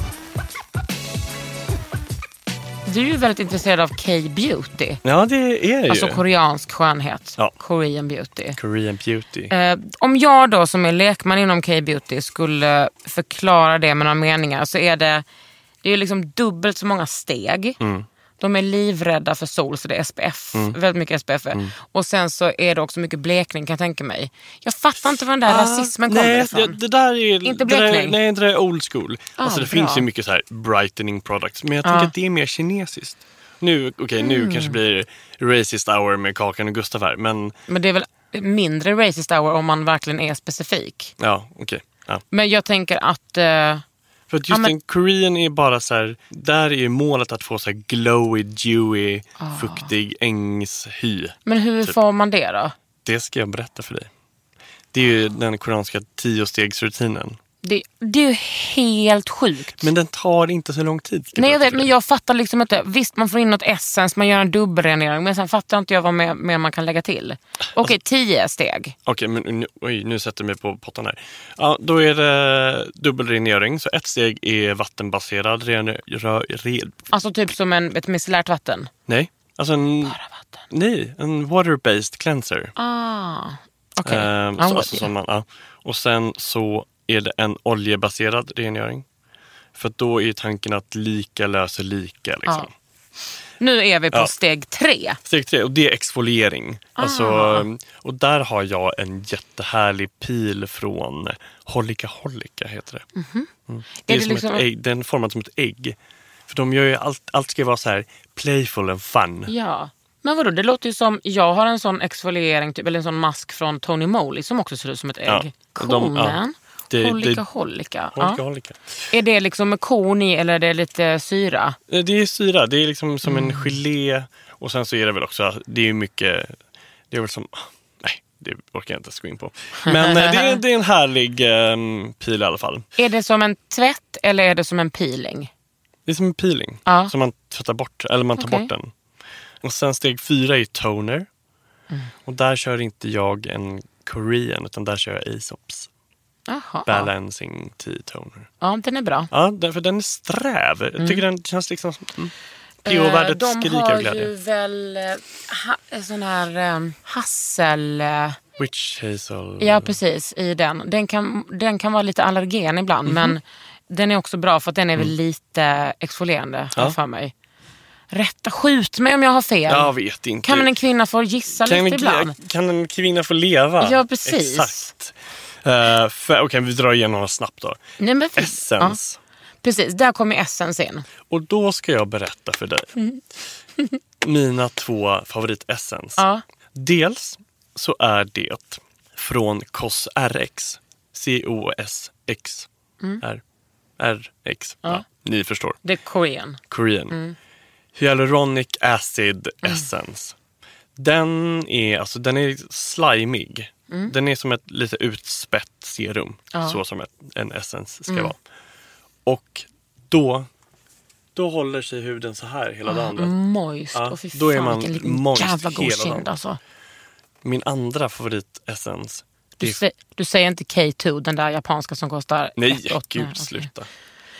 [SPEAKER 1] Du är ju väldigt intresserad av K-beauty.
[SPEAKER 4] Ja, det är det
[SPEAKER 1] Alltså
[SPEAKER 4] ju.
[SPEAKER 1] koreansk skönhet.
[SPEAKER 4] Ja.
[SPEAKER 1] Korean beauty.
[SPEAKER 4] Korean beauty.
[SPEAKER 1] Eh, om jag då som är lekman inom K-beauty skulle förklara det med några meningar så är det, det är ju liksom dubbelt så många steg.
[SPEAKER 4] Mm.
[SPEAKER 1] De är livrädda för sol så det är SPF. Väldigt mycket SPF.
[SPEAKER 4] Mm.
[SPEAKER 1] Och sen så är det också mycket blekning kan jag tänka mig. Jag fattar inte var den där rasismen kommer
[SPEAKER 4] Ah, nej,
[SPEAKER 1] ifrån.
[SPEAKER 4] det, det där är...
[SPEAKER 1] Inte
[SPEAKER 4] det där,
[SPEAKER 1] blekning.
[SPEAKER 4] Nej, det där är old school. alltså det
[SPEAKER 1] bra. Ah.
[SPEAKER 4] finns ju mycket så här brightening products. Men jag tänker att det är mer kinesiskt. Nu, okej,
[SPEAKER 1] Mm.
[SPEAKER 4] nu kanske det blir racist hour med Kakan och Gustaf här. Men
[SPEAKER 1] Men det är väl mindre racist hour om man verkligen är specifik.
[SPEAKER 4] ja, okej. Ja.
[SPEAKER 1] Men jag tänker att eh,
[SPEAKER 4] För att
[SPEAKER 1] Ja,
[SPEAKER 4] just
[SPEAKER 1] men-
[SPEAKER 4] den Korean är bara så här, där är ju målet att få så här glowy, dewy,
[SPEAKER 1] Ah.
[SPEAKER 4] fuktig ängshy.
[SPEAKER 1] Men hur
[SPEAKER 4] Typ.
[SPEAKER 1] får man det då?
[SPEAKER 4] Det ska jag berätta för dig. Det är
[SPEAKER 1] Ah.
[SPEAKER 4] ju den koreanska tiostegsrutinen.
[SPEAKER 1] Det, det är ju helt sjukt.
[SPEAKER 4] Men den tar inte så lång tid. ska
[SPEAKER 1] Nej jag vet
[SPEAKER 4] berätta för
[SPEAKER 1] men
[SPEAKER 4] dig.
[SPEAKER 1] jag fattar liksom inte. Visst man får in något essens, man gör en dubbelrenering men sen fattar inte jag vad mer, mer man kan lägga till. Okej,
[SPEAKER 4] Alltså-
[SPEAKER 1] tio steg.
[SPEAKER 4] Okej, men nu, oj, nu sätter jag mig på pottan här. Ja, då är det dubbelrengöring. Så ett steg är vattenbaserad rengöring. Re,
[SPEAKER 1] Alltså typ som en, ett micellärt vatten.
[SPEAKER 4] nej, alltså en,
[SPEAKER 1] Bara vatten.
[SPEAKER 4] nej, en water-based cleanser.
[SPEAKER 1] Ah, okej.
[SPEAKER 4] Ehm,
[SPEAKER 1] I'm
[SPEAKER 4] så,
[SPEAKER 1] with
[SPEAKER 4] alltså,
[SPEAKER 1] you.
[SPEAKER 4] som man, ja. Och sen så är det en oljebaserad rengöring. För att då är tanken att lika löser lika. Liksom.
[SPEAKER 1] Ja. Nu är vi på
[SPEAKER 4] Ja.
[SPEAKER 1] steg tre.
[SPEAKER 4] Steg tre, och det är exfoliering. Alltså, och där har jag en jättehärlig pil från Holika Holika heter det. Mm. Det är,
[SPEAKER 1] Är det
[SPEAKER 4] som
[SPEAKER 1] liksom-
[SPEAKER 4] ett ägg, den är formad som ett ägg. För de gör ju allt, allt ska vara så här playful and fun.
[SPEAKER 1] Ja. Men vadå, det låter ju som, jag har en sån exfoliering, typ, eller en sån mask från Tony Moly som också ser ut som ett ägg.
[SPEAKER 4] Ja.
[SPEAKER 1] Cool
[SPEAKER 4] De- ja.
[SPEAKER 1] man.
[SPEAKER 4] Det- det-
[SPEAKER 1] Holika holika. Ja.
[SPEAKER 4] Holika Holika.
[SPEAKER 1] Är det liksom med korn i eller är det lite syra?
[SPEAKER 4] Eh, Det är syra, det är liksom som en gelé. Och sen så är det väl också, det är ju mycket, det är väl som, nej det orkar jag inte ens gå in på. Men eh, det, är, det är en härlig eh, pil i alla fall.
[SPEAKER 1] Är det som en tvätt eller är det som en peeling?
[SPEAKER 4] Det är som en peeling
[SPEAKER 1] Ja.
[SPEAKER 4] som man tvättar bort, eller man tar
[SPEAKER 1] Okej.
[SPEAKER 4] bort den. Och sen steg fyra är toner.
[SPEAKER 1] Mm.
[SPEAKER 4] Och där kör inte jag en Korean utan där kör jag Aesops
[SPEAKER 1] Jaha. Ja.
[SPEAKER 4] Balancing Tea Toner.
[SPEAKER 1] ja, den är bra.
[SPEAKER 4] Ja, den- för den är sträv. Jag tycker den känns liksom... som- Mm.
[SPEAKER 1] Mm. Eh,
[SPEAKER 4] PH-värdet
[SPEAKER 1] de
[SPEAKER 4] skriker av
[SPEAKER 1] har ju
[SPEAKER 4] glädje.
[SPEAKER 1] väl eh, ha, eh, sån här eh, hassel... eh,
[SPEAKER 4] Witch Hazel.
[SPEAKER 1] Ja, precis. I den. Den kan, den kan vara lite allergen ibland.
[SPEAKER 4] Mhm.
[SPEAKER 1] Men den är också bra för att den är
[SPEAKER 4] Mm.
[SPEAKER 1] väl lite exfolierande, har jag för mig. Rätta, skjut mig om jag har fel.
[SPEAKER 4] Jag vet inte.
[SPEAKER 1] kan en kvinna få gissa
[SPEAKER 4] kan,
[SPEAKER 1] lite
[SPEAKER 4] en,
[SPEAKER 1] ibland?
[SPEAKER 4] kvi- kan en kvinna få leva?
[SPEAKER 1] Ja, precis.
[SPEAKER 4] Exakt. Uh, Okej, vi drar igenom några snabbt då.
[SPEAKER 1] Nej, men fin-
[SPEAKER 4] Essence.
[SPEAKER 1] Ja, precis, där kommer essence in.
[SPEAKER 4] Och då ska jag berätta för dig mina två favoritessens.
[SPEAKER 1] Ja.
[SPEAKER 4] Dels så är det från COSRX. C-O-S-X. R. R-X. Ja. ni förstår.
[SPEAKER 1] The Korean.
[SPEAKER 4] Korean.
[SPEAKER 1] Mm.
[SPEAKER 4] Hyaluronic Acid Essence. Den är, alltså, den är slimig.
[SPEAKER 1] Mm.
[SPEAKER 4] Den är som ett lite utspätt serum. Så som ett, en essence
[SPEAKER 1] Mm.
[SPEAKER 4] ska vara. Och då, då håller sig huden så här hela dagen. du vet.
[SPEAKER 1] Mm. Moist.
[SPEAKER 4] Ja,
[SPEAKER 1] och fy
[SPEAKER 4] då är
[SPEAKER 1] fan,
[SPEAKER 4] man
[SPEAKER 1] vilken liten
[SPEAKER 4] moist
[SPEAKER 1] jävla god
[SPEAKER 4] hela
[SPEAKER 1] kind
[SPEAKER 4] dagen.
[SPEAKER 1] alltså.
[SPEAKER 4] Min andra favoritessens. det
[SPEAKER 1] Du,
[SPEAKER 4] är-
[SPEAKER 1] sä- du säger inte K2, den där japanska som kostar
[SPEAKER 4] Nej,
[SPEAKER 1] ett åtta-
[SPEAKER 4] gud
[SPEAKER 1] okej.
[SPEAKER 4] sluta.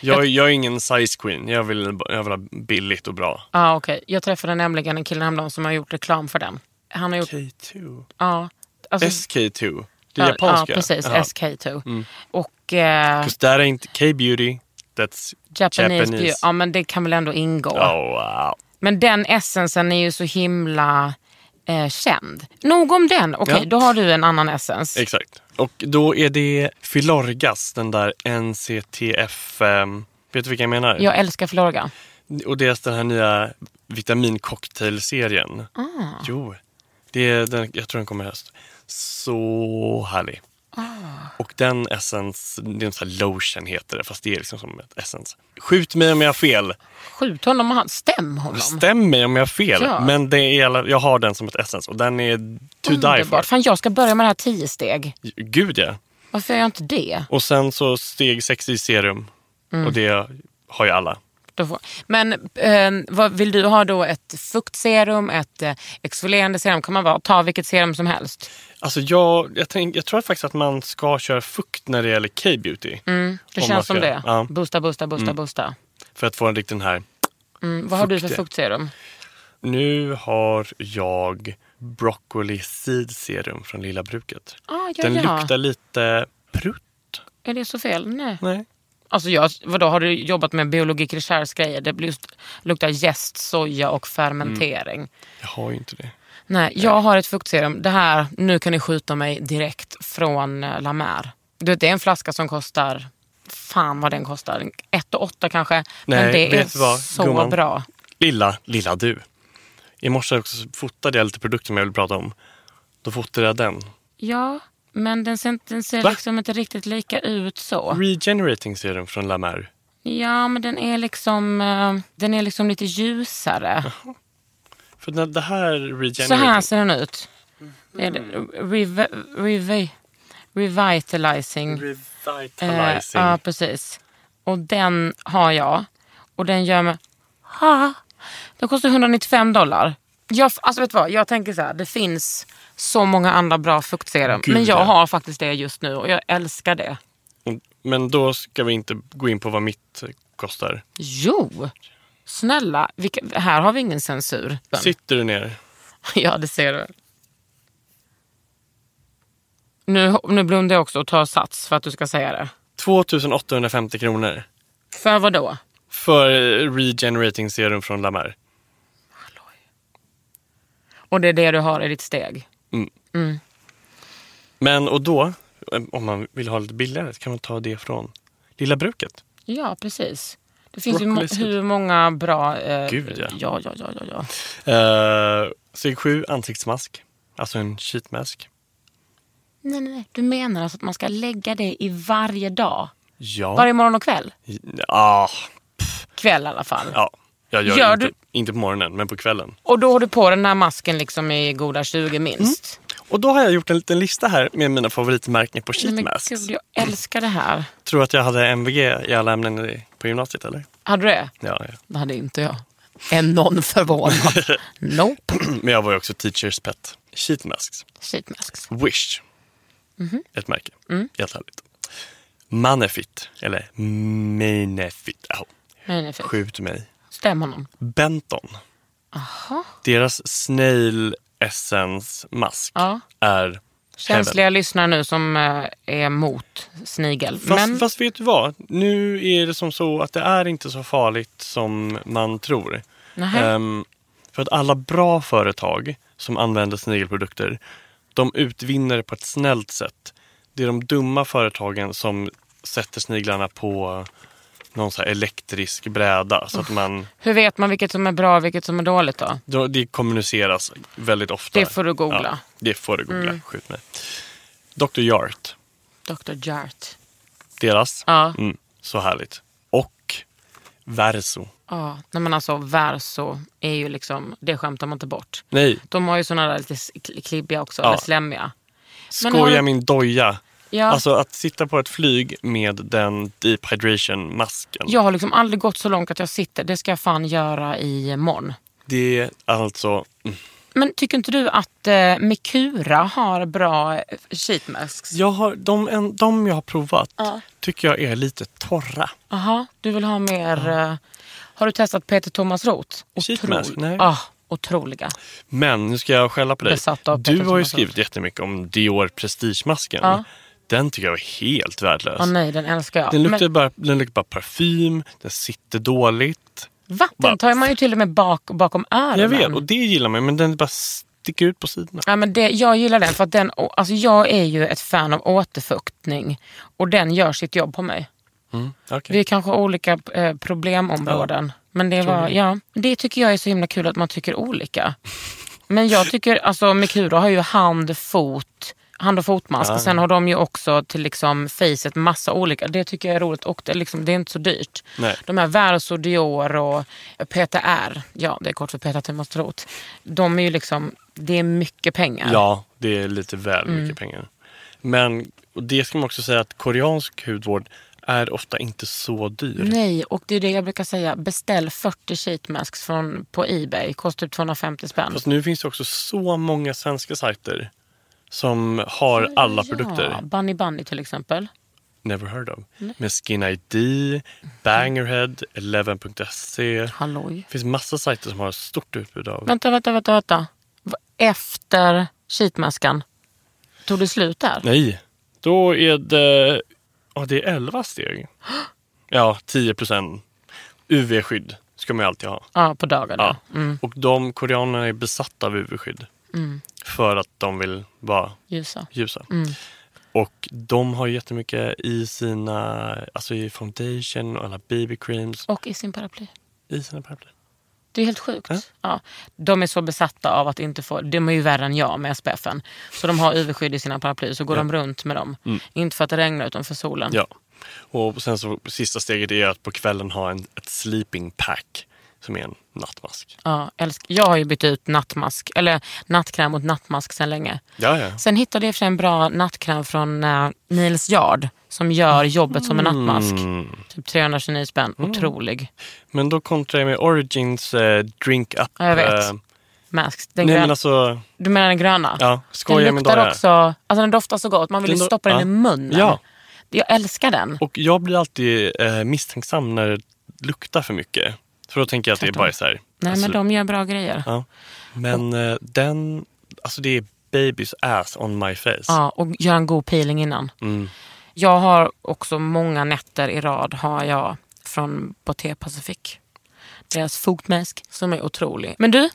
[SPEAKER 4] Jag, jag är ingen size queen. Jag vill, jag vill ha billigt och bra.
[SPEAKER 1] Ja, Ah, okej. Jag träffade nämligen en kille häromdagen som har gjort reklam för den. Han har gjort...
[SPEAKER 4] K2.
[SPEAKER 1] Ja. Alltså,
[SPEAKER 4] SK2. Det
[SPEAKER 1] ja,
[SPEAKER 4] japanska.
[SPEAKER 1] Ja, precis.
[SPEAKER 4] Jaha. Mm.
[SPEAKER 1] SK2. Och eh,
[SPEAKER 4] Because that ain't K-beauty. That's
[SPEAKER 1] Japanese,
[SPEAKER 4] Japanese.
[SPEAKER 1] Beauty. Ja, men det kan väl ändå ingå.
[SPEAKER 4] Oh, wow.
[SPEAKER 1] Men den essensen är ju så himla... eh, känd. Nog om den. Okej,
[SPEAKER 4] Ja.
[SPEAKER 1] då har du en annan essens.
[SPEAKER 4] Exakt. Och då är det Filorgas, den där NCTF... ehm, vet du vilka jag menar?
[SPEAKER 1] Jag älskar Filorga.
[SPEAKER 4] Och deras den här nya vitamincocktailserien. Ah. Jo, det är den, jag tror den kommer i höst. Så härlig. Och den essence, det är en sån här lotion heter det, fast det är liksom som ett essence. Skjut mig om jag har fel.
[SPEAKER 1] Skjut honom och han, stäm honom.
[SPEAKER 4] Stäm mig om jag har fel.
[SPEAKER 1] Ja.
[SPEAKER 4] Men det är, i alla- jag har den som ett essence och den är to die for.
[SPEAKER 1] Underbart. Fan, jag ska börja med det här tio steg.
[SPEAKER 4] Gud ja.
[SPEAKER 1] Varför gör jag inte det?
[SPEAKER 4] Och sen så steg 6 i serum.
[SPEAKER 1] Mm.
[SPEAKER 4] Och det har ju alla.
[SPEAKER 1] Då får- Men eh, vad vill du ha då? Ett fuktserum, ett eh, exfolierande serum? Kan man bara ta vilket serum som helst?
[SPEAKER 4] Alltså jag, jag, tänk, jag tror faktiskt att man ska köra fukt när det gäller K-beauty.
[SPEAKER 1] Det
[SPEAKER 4] Om man
[SPEAKER 1] känns som
[SPEAKER 4] ska-
[SPEAKER 1] det.
[SPEAKER 4] ja. Mm.
[SPEAKER 1] Boosta, boosta, boosta, boosta.
[SPEAKER 4] För att få en riktig den här.
[SPEAKER 1] Mm, vad har du för
[SPEAKER 4] Fukt, ja.
[SPEAKER 1] fuktserum?
[SPEAKER 4] Nu har jag Broccoli Seed Serum från Lilla Bruket.
[SPEAKER 1] Ah, ja,
[SPEAKER 4] Den
[SPEAKER 1] ja.
[SPEAKER 4] luktar lite prutt.
[SPEAKER 1] Är det så fel? Nej.
[SPEAKER 4] Nej.
[SPEAKER 1] Alltså jag, vadå, har du jobbat med biologi Krichers grejer? Det blir just, luktar jäst, soja och fermentering.
[SPEAKER 4] Jag har ju inte det.
[SPEAKER 1] Nej,
[SPEAKER 4] Eh.
[SPEAKER 1] jag har ett fuktserum. Det här, nu kan ni skjuta mig direkt från eh, La Mer. Du vet, det är en flaska som kostar, fan vad den kostar, 1 åtta kanske. Men
[SPEAKER 4] Nej,
[SPEAKER 1] det
[SPEAKER 4] vet
[SPEAKER 1] är
[SPEAKER 4] du vad,
[SPEAKER 1] så
[SPEAKER 4] gumman?
[SPEAKER 1] bra.
[SPEAKER 4] Lilla, lilla du. I morse också så fotade jag lite produkter som jag ville prata om. Då fotade jag den.
[SPEAKER 1] Ja, men den ser, inte- den ser
[SPEAKER 4] Va?
[SPEAKER 1] liksom inte riktigt lika ut så.
[SPEAKER 4] Regenerating Serum från La Mer.
[SPEAKER 1] Ja, men den är liksom, eh, den är liksom lite ljusare.
[SPEAKER 4] För den- det här regenerating...
[SPEAKER 1] Så här ser den ut. Det är Rev, rev, revitalizing. Eh,
[SPEAKER 4] Revitalizing.
[SPEAKER 1] ja, precis. Och den har jag. Och den gör mig... Ha! Den kostar 195 dollar. Jag, alltså vet du vad, jag tänker så här. Det finns så många andra bra fuktserum.
[SPEAKER 4] Gud,
[SPEAKER 1] men jag
[SPEAKER 4] ja.
[SPEAKER 1] har faktiskt det just nu och jag älskar det.
[SPEAKER 4] Men då ska vi inte gå in på vad mitt kostar.
[SPEAKER 1] Jo! Snälla, vilka, här har vi ingen censur.
[SPEAKER 4] Sitter du ner?
[SPEAKER 1] Ja, det ser du. Nu, nu blundar jag också och tar sats för att du ska säga det.
[SPEAKER 4] 2850 kronor.
[SPEAKER 1] För vad då?
[SPEAKER 4] För regenerating serum från La Mer.
[SPEAKER 1] Och det är det du har i ditt steg.
[SPEAKER 4] Men och då, eh, om man vill ha lite billigare, så kan man ta det från Lilla Bruket.
[SPEAKER 1] Ja, precis. Det finns ju
[SPEAKER 4] Broccoli
[SPEAKER 1] mo-
[SPEAKER 4] soup.
[SPEAKER 1] hur många bra... Eh,
[SPEAKER 4] Gud, ja.
[SPEAKER 1] ja. Ja, ja, ja, ja.
[SPEAKER 4] Uh, steg 7, ansiktsmask. Alltså en sheetmask.
[SPEAKER 1] Nej, nej, nej. Du menar alltså att man ska lägga det i varje dag?
[SPEAKER 4] Ja.
[SPEAKER 1] Varje morgon och kväll?
[SPEAKER 4] Ah,
[SPEAKER 1] Kväll i alla fall.
[SPEAKER 4] ja. Jag gör,
[SPEAKER 1] Gör
[SPEAKER 4] inte,
[SPEAKER 1] du-
[SPEAKER 4] inte på morgonen, men på kvällen.
[SPEAKER 1] Och då har du på den här masken liksom i goda 20
[SPEAKER 4] Mm.
[SPEAKER 1] minst.
[SPEAKER 4] Och då har jag gjort en liten lista här med mina favoritmärken på
[SPEAKER 1] Nej, men
[SPEAKER 4] sheetmasks.
[SPEAKER 1] gud, jag älskar det här.
[SPEAKER 4] Tror du att jag hade MVG i alla ämnen i- på gymnasiet eller?
[SPEAKER 1] Hade du det?
[SPEAKER 4] Ja, ja.
[SPEAKER 1] Det hade inte jag. Är någon förvånad? nope.
[SPEAKER 4] Men jag var ju också teachers pet. Sheetmasks.
[SPEAKER 1] Sheetmasks.
[SPEAKER 4] Wish.
[SPEAKER 1] Mhm.
[SPEAKER 4] Ett märke.
[SPEAKER 1] Mm.
[SPEAKER 4] Jättehärligt. Manefit. Eller Manefit. Au.
[SPEAKER 1] Nej, nej, fint.
[SPEAKER 4] Skjut mig.
[SPEAKER 1] Stäm honom.
[SPEAKER 4] Benton. Deras snail essence mask
[SPEAKER 1] Ja.
[SPEAKER 4] är
[SPEAKER 1] Känsliga lyssnare nu som eh, är mot snigel.
[SPEAKER 4] Fast,
[SPEAKER 1] Men
[SPEAKER 4] fast vet du vad? Nu är det som så att det är inte så farligt som man tror.
[SPEAKER 1] Nähä.
[SPEAKER 4] Ehm, för att alla bra företag som använder snigelprodukter, de utvinner det på ett snällt sätt. Det är de dumma företagen som sätter sniglarna på någon så här elektrisk bräda. Så att man,
[SPEAKER 1] hur vet man vilket som är bra och vilket som är dåligt då?
[SPEAKER 4] då- det kommuniceras väldigt ofta.
[SPEAKER 1] Det får du googla. Mm.
[SPEAKER 4] Ja, det får du googla. Skjut mig. Dr. Yart,
[SPEAKER 1] Dr. Jart.
[SPEAKER 4] deras.
[SPEAKER 1] Ja.
[SPEAKER 4] Mm, så härligt. Och Verso.
[SPEAKER 1] Ja, nej men alltså Verso är ju liksom, det skämtar man inte bort.
[SPEAKER 4] Nej,
[SPEAKER 1] De har ju såna där lite s- kli- klibbiga också,
[SPEAKER 4] Ja.
[SPEAKER 1] eller slemmiga. Men har
[SPEAKER 4] skoja
[SPEAKER 1] du-
[SPEAKER 4] min doja.
[SPEAKER 1] Ja.
[SPEAKER 4] Alltså att sitta på ett flyg med den deep hydration masken.
[SPEAKER 1] Jag har liksom aldrig gått så långt att jag sitter, det ska jag fan göra i morgon.
[SPEAKER 4] Det är alltså... mm.
[SPEAKER 1] Men tycker inte du att eh, Mikura har bra eh, sheetmasks?
[SPEAKER 4] Jag har, de, en, de jag har provat tycker jag är lite torra.
[SPEAKER 1] Jaha, du vill ha mer... Eh, har du testat Peter Thomas Roth?
[SPEAKER 4] Sheetmask? Nej.
[SPEAKER 1] Ah, otroliga.
[SPEAKER 4] Men nu ska jag skälla på dig.
[SPEAKER 1] Besatt av
[SPEAKER 4] Du
[SPEAKER 1] Petter
[SPEAKER 4] har ju
[SPEAKER 1] Thomas
[SPEAKER 4] skrivit jättemycket om Dior prestigemasken.
[SPEAKER 1] Ja.
[SPEAKER 4] Den tycker jag är helt värdelös.
[SPEAKER 1] Åh nej, den älskar jag.
[SPEAKER 4] Alltså, den, luktar
[SPEAKER 1] Men,
[SPEAKER 4] bara, den luktar bara parfym, den sitter dåligt.
[SPEAKER 1] va? Den tar man ju till och med bak, bakom öronen.
[SPEAKER 4] Jag vet, och det gillar man men den bara sticka ut på sidorna.
[SPEAKER 1] Ja, men det, jag gillar den för att den, alltså jag är ju ett fan av återfuktning och den gör sitt jobb på mig.
[SPEAKER 4] Mm,
[SPEAKER 1] Vi
[SPEAKER 4] okej.
[SPEAKER 1] är kanske har olika eh, problemområden. Men det, var, ja, det tycker jag är så himla kul att man tycker olika. Men jag tycker, alltså Mikuro har ju hand, fot, hand och fotmask.
[SPEAKER 4] Ja.
[SPEAKER 1] Sen har de ju också till liksom facet massa olika. Det tycker jag är roligt och det, är liksom, det är inte så dyrt.
[SPEAKER 4] Nej.
[SPEAKER 1] De här Verso, Dior och PTR. Ja, det är kort för Peter Timmerstrot. De är ju liksom, det är mycket pengar. Mm.
[SPEAKER 4] Ja, det är lite väl mycket pengar. Men och det ska man också säga att koreansk hudvård är ofta inte så dyr.
[SPEAKER 1] Nej, och det är det jag brukar säga. Beställ 40 sheet masks från, på Ebay. Kostar typ 250 spänn.
[SPEAKER 4] Fast nu finns det också så många svenska sajter som har alla produkter.
[SPEAKER 1] Ja, Bunny Bunny till exempel.
[SPEAKER 4] Never heard of. Med Skin ID, Bangerhead, 11.se.
[SPEAKER 1] Halloj.
[SPEAKER 4] Det finns massa sajter som har ett stort utbud av...
[SPEAKER 1] Vänta, vänta, vänta. vänta. Va- Efter sheetmaskan, tog det slut där?
[SPEAKER 4] Nej, då är det... Ja, det är 11 steg. Ja, 10 procent. UV-skydd ska man ju alltid ha.
[SPEAKER 1] Ja, på dagen.
[SPEAKER 4] Ja.
[SPEAKER 1] Ja. Mm,
[SPEAKER 4] Och de koreanerna är besatta av UV-skydd. För att de vill vara
[SPEAKER 1] ljusa.
[SPEAKER 4] ljusa.
[SPEAKER 1] Mm.
[SPEAKER 4] Och de har jättemycket i sina, alltså i foundation och alla BB-creams
[SPEAKER 1] Och i sin paraply.
[SPEAKER 4] i sina paraply.
[SPEAKER 1] Det är helt sjukt.
[SPEAKER 4] Ja.
[SPEAKER 1] Ja. De är så besatta av att inte få... De är ju värre än jag med SPFen. Så de har UV-skydd i sina paraplyer, så går de runt med dem. Inte för att det regnar, utan för solen.
[SPEAKER 4] Mm. Ja. Och sen så sista steget är att på kvällen ha en, ett sleeping pack som är en nattmask.
[SPEAKER 1] Ja, älsk. Jag har ju bytt ut nattmask, eller nattkräm mot nattmask sedan länge.
[SPEAKER 4] Ja, ja.
[SPEAKER 1] Sen hittade jag i och för sig en bra nattkräm från eh, Nils Jard som
[SPEAKER 4] Mm.
[SPEAKER 1] gör jobbet som en nattmask. Typ 329 spänn. Otrolig.
[SPEAKER 4] Men då kontrar jag med Origins eh, drink up.
[SPEAKER 1] Ja, jag vet.
[SPEAKER 4] eh,
[SPEAKER 1] Mask. Den
[SPEAKER 4] nej men
[SPEAKER 1] grön-
[SPEAKER 4] alltså,
[SPEAKER 1] Du menar den gröna?
[SPEAKER 4] ja, skoja
[SPEAKER 1] den
[SPEAKER 4] med
[SPEAKER 1] luktar
[SPEAKER 4] Dara.
[SPEAKER 1] också... Alltså den doftar så gott. Man vill
[SPEAKER 4] Den
[SPEAKER 1] ju
[SPEAKER 4] do-
[SPEAKER 1] stoppa den
[SPEAKER 4] ja.
[SPEAKER 1] i munnen.
[SPEAKER 4] Ja.
[SPEAKER 1] Jag älskar den.
[SPEAKER 4] Och jag blir alltid eh, misstänksam när det luktar för mycket. För då tänker jag att det är
[SPEAKER 1] Tvärtom.
[SPEAKER 4] bajs här.
[SPEAKER 1] Nej
[SPEAKER 4] Alltså,
[SPEAKER 1] men de gör bra grejer. Ja.
[SPEAKER 4] Ja. Men eh, den, alltså det är baby's ass on my face.
[SPEAKER 1] och gör en god peeling innan.
[SPEAKER 4] Mm.
[SPEAKER 1] Jag har också många nätter i rad har jag från Boté Pacific. Deras fotmask som är otrolig. Men du,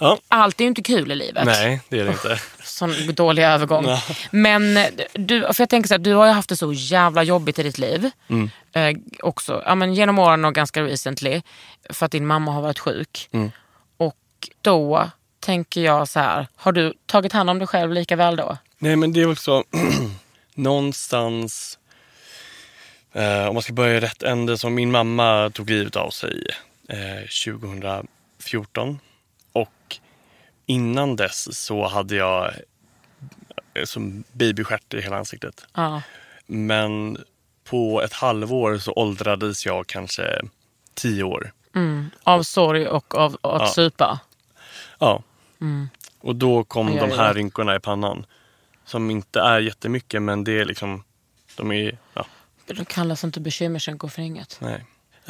[SPEAKER 4] Ja.
[SPEAKER 1] allt är ju inte kul i livet.
[SPEAKER 4] Nej, det är det inte.
[SPEAKER 1] sån dålig övergång. Men eh, du, för jag tänker så här, du har ju haft det så jävla jobbigt i ditt liv.
[SPEAKER 4] Mm.
[SPEAKER 1] Eh, också, ja, men genom åren och ganska recently. För att din mamma har varit sjuk.
[SPEAKER 4] Mm.
[SPEAKER 1] Och då tänker jag så här, har du tagit hand om dig själv lika väl då?
[SPEAKER 4] Nej, men det är också någonstans... Eh, om man ska börja i rätt ände, som min mamma tog livet av sig eh, 2014. Och innan dess så hade jag eh, som babystjärt i hela ansiktet.
[SPEAKER 1] Ja.
[SPEAKER 4] Men på ett halvår så åldrades jag kanske tio år.
[SPEAKER 1] Av sorg och av, av att
[SPEAKER 4] Ja.
[SPEAKER 1] supa.
[SPEAKER 4] Ja. Och då kom
[SPEAKER 1] Mm. Ja, ja,
[SPEAKER 4] de här
[SPEAKER 1] ja.
[SPEAKER 4] rynkorna i pannan. Som inte är jättemycket, men det är liksom... De är, ja,
[SPEAKER 1] De kallas inte bekymmersänkor för inget.
[SPEAKER 4] nej.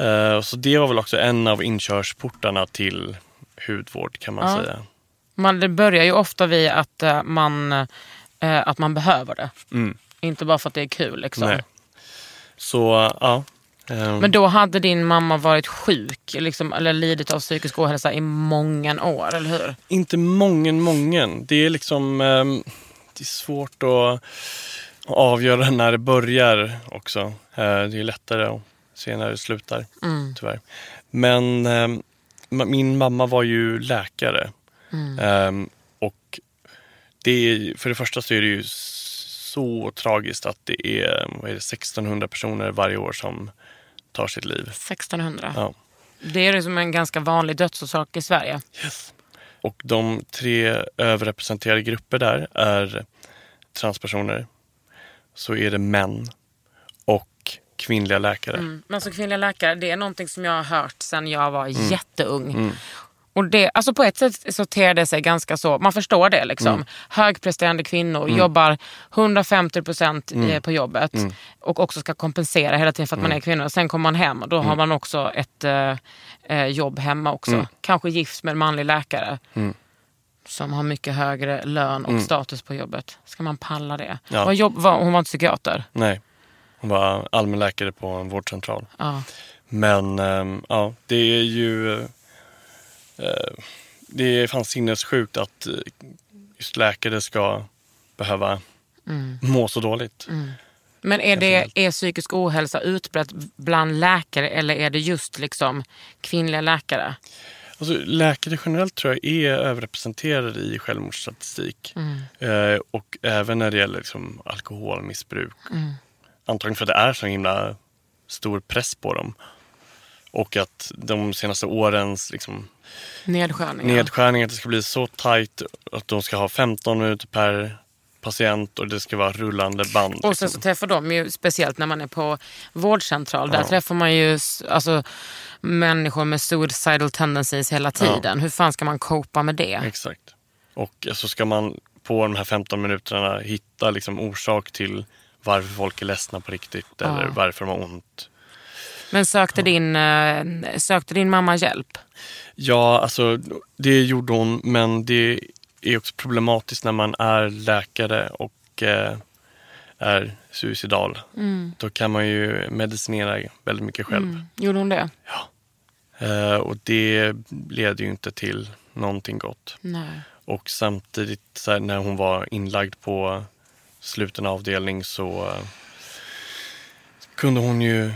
[SPEAKER 4] Eh, så det var väl också en av inkörsportarna till hudvård kan man
[SPEAKER 1] Ja.
[SPEAKER 4] säga.
[SPEAKER 1] Man, det börjar ju ofta vid att, eh, man, eh, att man behöver det.
[SPEAKER 4] Mm.
[SPEAKER 1] Inte bara för att det är kul. Liksom.
[SPEAKER 4] Nej. Så, ja. Ehm,
[SPEAKER 1] Men då hade din mamma varit sjuk liksom, eller lidit av psykisk ohälsa i många år, eller hur?
[SPEAKER 4] Inte mången, mången. Det är liksom... ehm, det är svårt att avgöra när det börjar också. Eh, det är lättare att se när det slutar, tyvärr. Men ehm, ma- min mamma var ju läkare. Ehm, och det är, för det första så är det ju så tragiskt att det är, vad är det, 1600 personer varje år som tar sitt liv.
[SPEAKER 1] 1600.
[SPEAKER 4] Ja.
[SPEAKER 1] Det är liksom en ganska vanlig dödsorsak i Sverige.
[SPEAKER 4] Och de tre överrepresenterade grupper där är transpersoner, så är det män och kvinnliga läkare.
[SPEAKER 1] Mm. Men som kvinnliga läkare, det är någonting som jag har hört sedan jag var jätteung. Och det, alltså på ett sätt så ter det sig ganska så, man förstår det liksom. Högpresterande kvinnor jobbar 150% mm. på jobbet och också ska kompensera hela tiden för att man är kvinna. Sen kommer man hem och då har man också ett eh, eh, jobb hemma också. Kanske gift med en manlig läkare. Som har mycket högre lön och status på jobbet. Ska man palla det?
[SPEAKER 4] Ja.
[SPEAKER 1] Vad jobb, vad, hon var inte psykiater.
[SPEAKER 4] Nej, hon var allmänläkare på en vårdcentral.
[SPEAKER 1] Ja.
[SPEAKER 4] Men ehm, ja, det är ju... eh, Det är fan sinnessjukt att eh, just läkare ska behöva må så dåligt.
[SPEAKER 1] Men är, det, är psykisk ohälsa utbrett bland läkare eller är det just liksom kvinnliga läkare?
[SPEAKER 4] Alltså, läkare generellt tror jag är överrepresenterade i självmordsstatistik.
[SPEAKER 1] Mm.
[SPEAKER 4] Eh, och även när det gäller liksom, alkoholmissbruk.
[SPEAKER 1] Mm.
[SPEAKER 4] Antagligen för att det är så himla stor press på dem. Och att de senaste årens liksom,
[SPEAKER 1] Nedskärningar?
[SPEAKER 4] nedskärningar, att det ska bli så tajt att de ska ha 15 minuter per patient och det ska vara rullande band.
[SPEAKER 1] Och
[SPEAKER 4] liksom.
[SPEAKER 1] sen så träffar de ju, speciellt när man är på vårdcentral, där träffar man ju s- alltså, människor med suicidal tendencies hela tiden. Hur fan ska man copa med det?
[SPEAKER 4] Exakt. Och så ska man på de här 15 minuterna hitta liksom orsak till varför folk är ledsna på riktigt eller varför de har ont.
[SPEAKER 1] Men sökte, din, eh, sökte din mamma hjälp?
[SPEAKER 4] Ja, alltså det gjorde hon men det är också problematiskt när man är läkare och eh, är suicidal. Då kan man ju medicinera väldigt mycket själv.
[SPEAKER 1] Gjorde hon det?
[SPEAKER 4] Eh, och det leder ju inte till någonting gott.
[SPEAKER 1] Nej.
[SPEAKER 4] Och samtidigt så här, när hon var inlagd på sluten avdelning så eh, kunde hon ju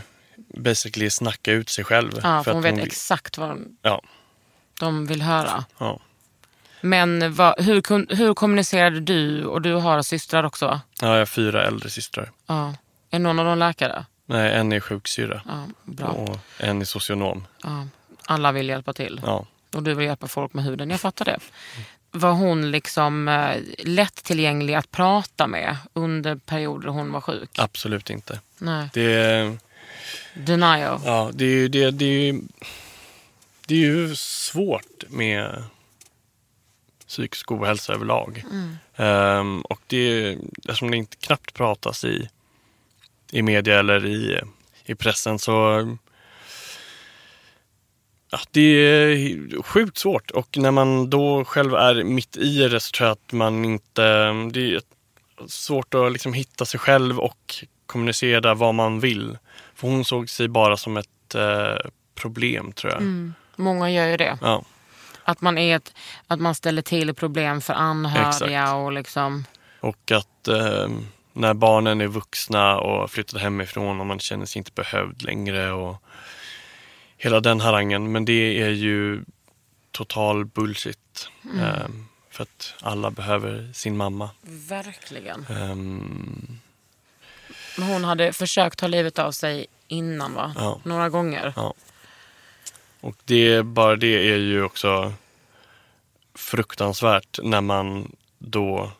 [SPEAKER 4] basically snacka ut sig själv.
[SPEAKER 1] Ja, för
[SPEAKER 4] att
[SPEAKER 1] hon vet
[SPEAKER 4] vill-
[SPEAKER 1] exakt vad de,
[SPEAKER 4] Ja,
[SPEAKER 1] de vill höra.
[SPEAKER 4] ja.
[SPEAKER 1] Men vad, hur, kun- hur kommunicerade du, och du har systrar också va?
[SPEAKER 4] ja, jag har fyra äldre systrar.
[SPEAKER 1] Ja. Är någon av dem läkare?
[SPEAKER 4] Nej, en är sjuksyrra
[SPEAKER 1] Ja, bra.
[SPEAKER 4] och en är socionom.
[SPEAKER 1] Ja. Alla vill hjälpa till.
[SPEAKER 4] Ja.
[SPEAKER 1] Och du vill hjälpa folk med huden. Jag fattar det. Var hon liksom eh, lättillgänglig att prata med under perioder hon var sjuk?
[SPEAKER 4] Absolut inte.
[SPEAKER 1] Nej.
[SPEAKER 4] Det är,
[SPEAKER 1] Denial.
[SPEAKER 4] ja, det är, ju- det, det är, ju- det är ju svårt med psykisk ohälsa överlag. Ehm, och det är, eftersom det inte knappt pratas i, i media eller i, i pressen så ja, det är sjukt svårt. Och när man då själv är mitt i det så tror jag att man inte... Det är svårt att liksom hitta sig själv och kommunicera vad man vill. För hon såg sig bara som ett eh, problem tror jag.
[SPEAKER 1] Många gör ju det.
[SPEAKER 4] Ja.
[SPEAKER 1] Att man, är ett, att man ställer till problem för anhöriga
[SPEAKER 4] Exakt.
[SPEAKER 1] och liksom...
[SPEAKER 4] Och att eh, när barnen är vuxna och flyttat hemifrån och man känner sig inte behövd längre och hela den harangen. Men det är ju total bullshit. Eh, för att alla behöver sin mamma.
[SPEAKER 1] Verkligen.
[SPEAKER 4] Eh,
[SPEAKER 1] Men Hon hade försökt ta livet av sig innan va?
[SPEAKER 4] Ja.
[SPEAKER 1] Några gånger.
[SPEAKER 4] ja. Och det, bara det är ju också fruktansvärt när man då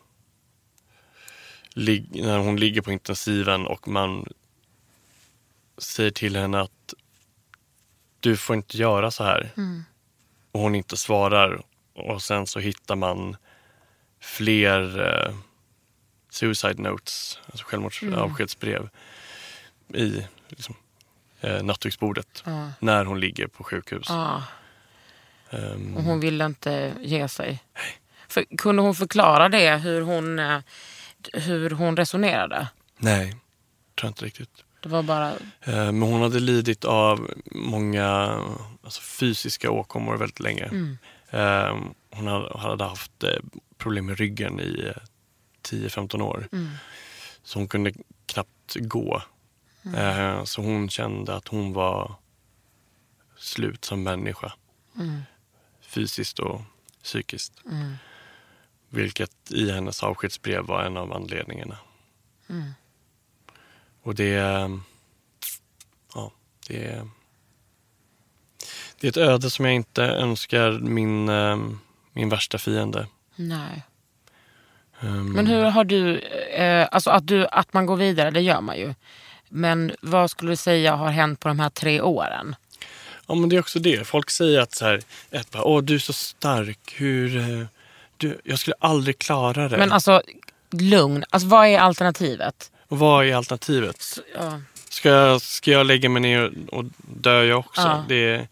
[SPEAKER 4] lig- när hon ligger på intensiven och man säger till henne att du får inte göra så här. Och hon inte svarar och sen så hittar man fler eh, suicide notes, alltså självmords avskedsbrev i liksom, eh, nattduksbordet när hon ligger på sjukhus.
[SPEAKER 1] Och hon ville inte ge sig. För, kunde hon förklara det, hur hon, eh, hur hon resonerade?
[SPEAKER 4] Nej, tror jag inte riktigt.
[SPEAKER 1] Det var bara...
[SPEAKER 4] Eh, Men hon hade lidit av många alltså, fysiska åkommor väldigt länge. Eh, Hon hade- hade haft eh, problem med ryggen i eh, 10-15 år. Så hon kunde knappt gå. Eh, Så hon kände att hon var slut som människa. Fysiskt och psykiskt. Vilket i hennes avskedsbrev var en av anledningarna. Och det... eh, ja, det är, det är ett öde som jag inte önskar min, eh, min värsta fiende.
[SPEAKER 1] Nej.
[SPEAKER 4] Ehm,
[SPEAKER 1] Men hur har du, eh, alltså att, du, att man går vidare, det gör man ju. Men vad skulle du säga har hänt på de här tre åren?
[SPEAKER 4] Ja, men det är också det. Folk säger att så här, ett bara, åh du är så stark, hur... eh, Du, jag skulle aldrig klara det.
[SPEAKER 1] Men alltså, lugn. Alltså vad är alternativet?
[SPEAKER 4] och vad är alternativet?
[SPEAKER 1] Så, ja.
[SPEAKER 4] Ska jag, ska jag lägga mig ner och, och dö jag också?
[SPEAKER 1] Ja.
[SPEAKER 4] Det, är-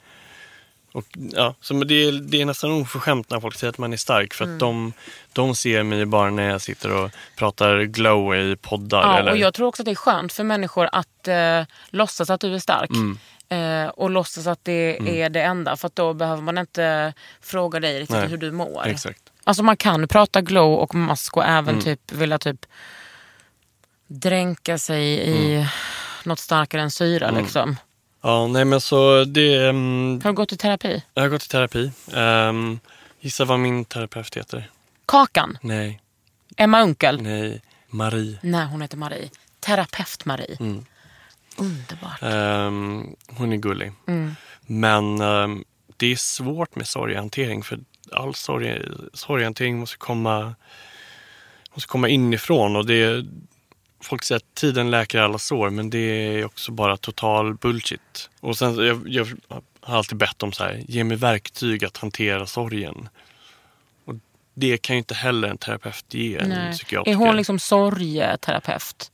[SPEAKER 4] och, ja, så, men det, är, det är nästan oförskämt när folk säger att man är stark
[SPEAKER 1] Mm.
[SPEAKER 4] för att de, de ser mig bara när jag sitter och pratar glow i poddar.
[SPEAKER 1] Ja,
[SPEAKER 4] eller,
[SPEAKER 1] och jag tror också att det är skönt för människor att eh, låtsas att du är stark. eh, och låtsas att det är det enda. För att då behöver man inte fråga dig riktigt
[SPEAKER 4] Nej.
[SPEAKER 1] hur du mår.
[SPEAKER 4] Exakt.
[SPEAKER 1] Alltså man kan prata glow och mask och även
[SPEAKER 4] Mm.
[SPEAKER 1] typ vilja typ dränka sig i
[SPEAKER 4] Mm.
[SPEAKER 1] något starkare än syra. Liksom.
[SPEAKER 4] Ja, nej men så det... ehm,
[SPEAKER 1] Har du gått i terapi?
[SPEAKER 4] jag har gått i terapi. Um, gissa vad min terapeut heter?
[SPEAKER 1] Kakan?
[SPEAKER 4] Nej,
[SPEAKER 1] Emma Unkel?
[SPEAKER 4] nej, Marie.
[SPEAKER 1] Nej, hon heter Marie. Terapeut Marie.
[SPEAKER 4] Mm.
[SPEAKER 1] Underbart.
[SPEAKER 4] Ehm, hon är gullig.
[SPEAKER 1] Mm.
[SPEAKER 4] Men ehm, det är svårt med sorghantering för all sorg, sorghantering måste komma, måste komma inifrån. Och det är, folk säger att tiden läker alla sår men det är också bara total bullshit. Och sen, jag, jag har alltid bett om så här, ge mig verktyg att hantera sorgen. Och det kan ju inte heller en terapeut ge en
[SPEAKER 1] Nej.
[SPEAKER 4] psykiatriker.
[SPEAKER 1] Är hon liksom sorgeterapeut?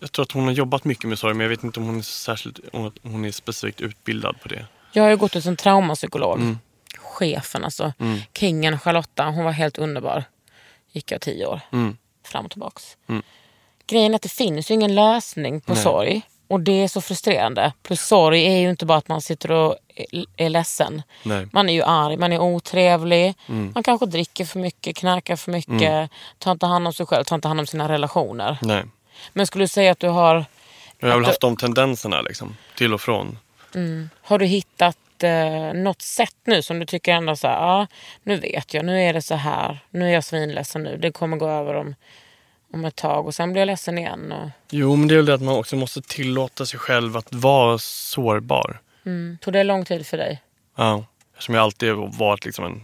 [SPEAKER 4] Jag tror att hon har jobbat mycket med sorg men jag vet inte om hon är, särskilt, om hon är specifikt utbildad på det.
[SPEAKER 1] Jag har ju gått hos en traumapsykolog. Chefen alltså. Kingen Charlotta. Hon var helt underbar. Gick jag tio år. Fram och tillbaks. Grejen är att det finns ju ingen lösning på sorg. Och det är så frustrerande. Plus sorg är ju inte bara att man sitter och är- är ledsen.
[SPEAKER 4] Nej.
[SPEAKER 1] Man är ju arg, man är otrevlig. Man kanske dricker för mycket, knarkar för mycket. Tar inte hand om sig själv, tar inte hand om sina relationer.
[SPEAKER 4] Nej.
[SPEAKER 1] Men skulle du säga att du har
[SPEAKER 4] Jag har väl
[SPEAKER 1] Att-
[SPEAKER 4] haft de tendenserna liksom, till och från.
[SPEAKER 1] Har du hittat eh, något sätt nu som du tycker ändå så här, ja nu vet jag, nu är det så här, nu är jag svinledsen nu, det kommer gå över om, om ett tag och sen blir jag ledsen igen. Och,
[SPEAKER 4] Jo, men det är väl det att man också måste tillåta sig själv att vara sårbar.
[SPEAKER 1] mm. Tog det lång tid för dig?
[SPEAKER 4] Ja. Eftersom jag alltid har varit liksom en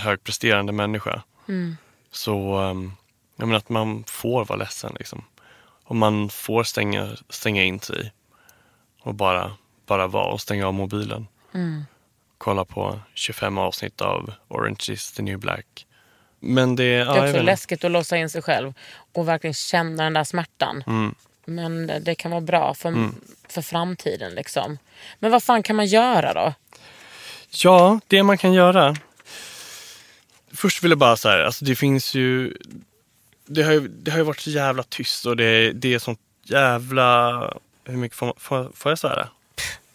[SPEAKER 4] högpresterande människa.
[SPEAKER 1] Mm.
[SPEAKER 4] Så ehm, jag menar att man får vara ledsen. Liksom. Och man får stänga, stänga in sig och bara, bara vara och stänga av mobilen.
[SPEAKER 1] Mm.
[SPEAKER 4] Kolla på 25 avsnitt av Orange is the new black. Men det, ja,
[SPEAKER 1] Det är
[SPEAKER 4] jag vet
[SPEAKER 1] också
[SPEAKER 4] inte.
[SPEAKER 1] läskigt att låsa in sig själv och verkligen känna den där smärtan.
[SPEAKER 4] Mm.
[SPEAKER 1] Men det, det kan vara bra för, för framtiden liksom. Men vad fan kan man göra då?
[SPEAKER 4] Ja, det man kan göra. Först vill jag bara så här, alltså det finns ju... Det har ju, det har ju varit så jävla tyst och det, det är sånt jävla... Hur mycket får, man- får, får jag svära?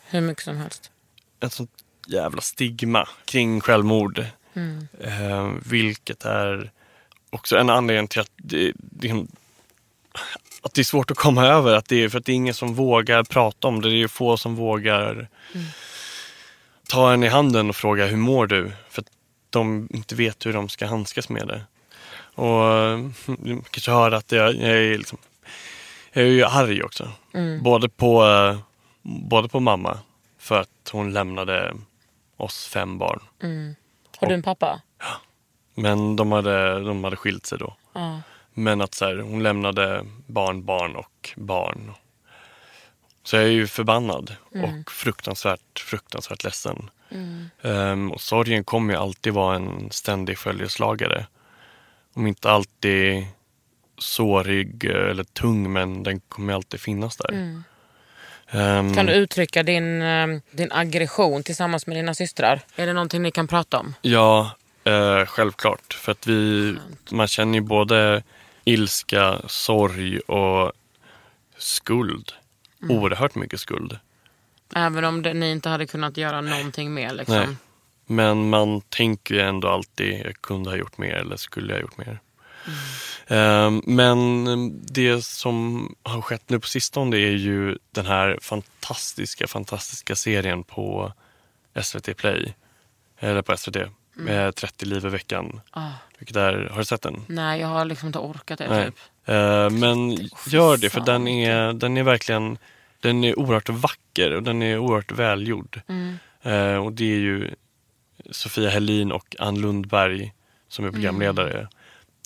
[SPEAKER 1] Hur mycket som helst.
[SPEAKER 4] Ett sånt jävla stigma kring självmord. Eh, vilket är också en anledning till att det, det, att det är svårt att komma över. Att det är för att det är ingen som vågar prata om det. Det är få som vågar ta en i handen och fråga hur mår du? För att de inte vet hur de ska handskas med det. Och eh, du kanske hör att jag, jag är liksom, jag är ju arg också. Både, på, eh, både på mamma för att hon lämnade oss fem barn.
[SPEAKER 1] Har du en pappa?
[SPEAKER 4] Men de hade, de hade skilt sig då. Men att så här, hon lämnade barn, barn och barn. Så jag är ju förbannad och fruktansvärt, fruktansvärt ledsen. Ehm, och sorgen kommer ju alltid vara en ständig följeslagare. Om inte alltid sårig eh, eller tung, men den kommer ju alltid finnas där. Ehm,
[SPEAKER 1] Kan du uttrycka din, eh, din aggression tillsammans med dina systrar? Är det någonting ni kan prata om?
[SPEAKER 4] Ja, eh, självklart. För att vi, man känner ju både ilska, sorg och skuld. Oerhört mycket skuld.
[SPEAKER 1] Även om det, ni inte hade kunnat göra någonting mer. Liksom.
[SPEAKER 4] Nej. Men man tänker ju ändå alltid, jag kunde ha gjort mer eller skulle jag ha gjort mer. Eh, Men det som har skett nu på sistone är ju den här fantastiska, fantastiska serien på SVT Play. Eller på SVT. Med 30 Eh, liv i veckan. Vilket är, har du sett den?
[SPEAKER 1] Nej, jag har liksom inte orkat det.
[SPEAKER 4] Nej.
[SPEAKER 1] Typ.
[SPEAKER 4] Eh, men gör det för
[SPEAKER 1] fan,
[SPEAKER 4] den är, den är verkligen den är oerhört vacker och den är oerhört välgjord.
[SPEAKER 1] Mm.
[SPEAKER 4] Eh, och det är ju Sofia Helin och Ann Lundberg som är programledare.
[SPEAKER 1] Mm.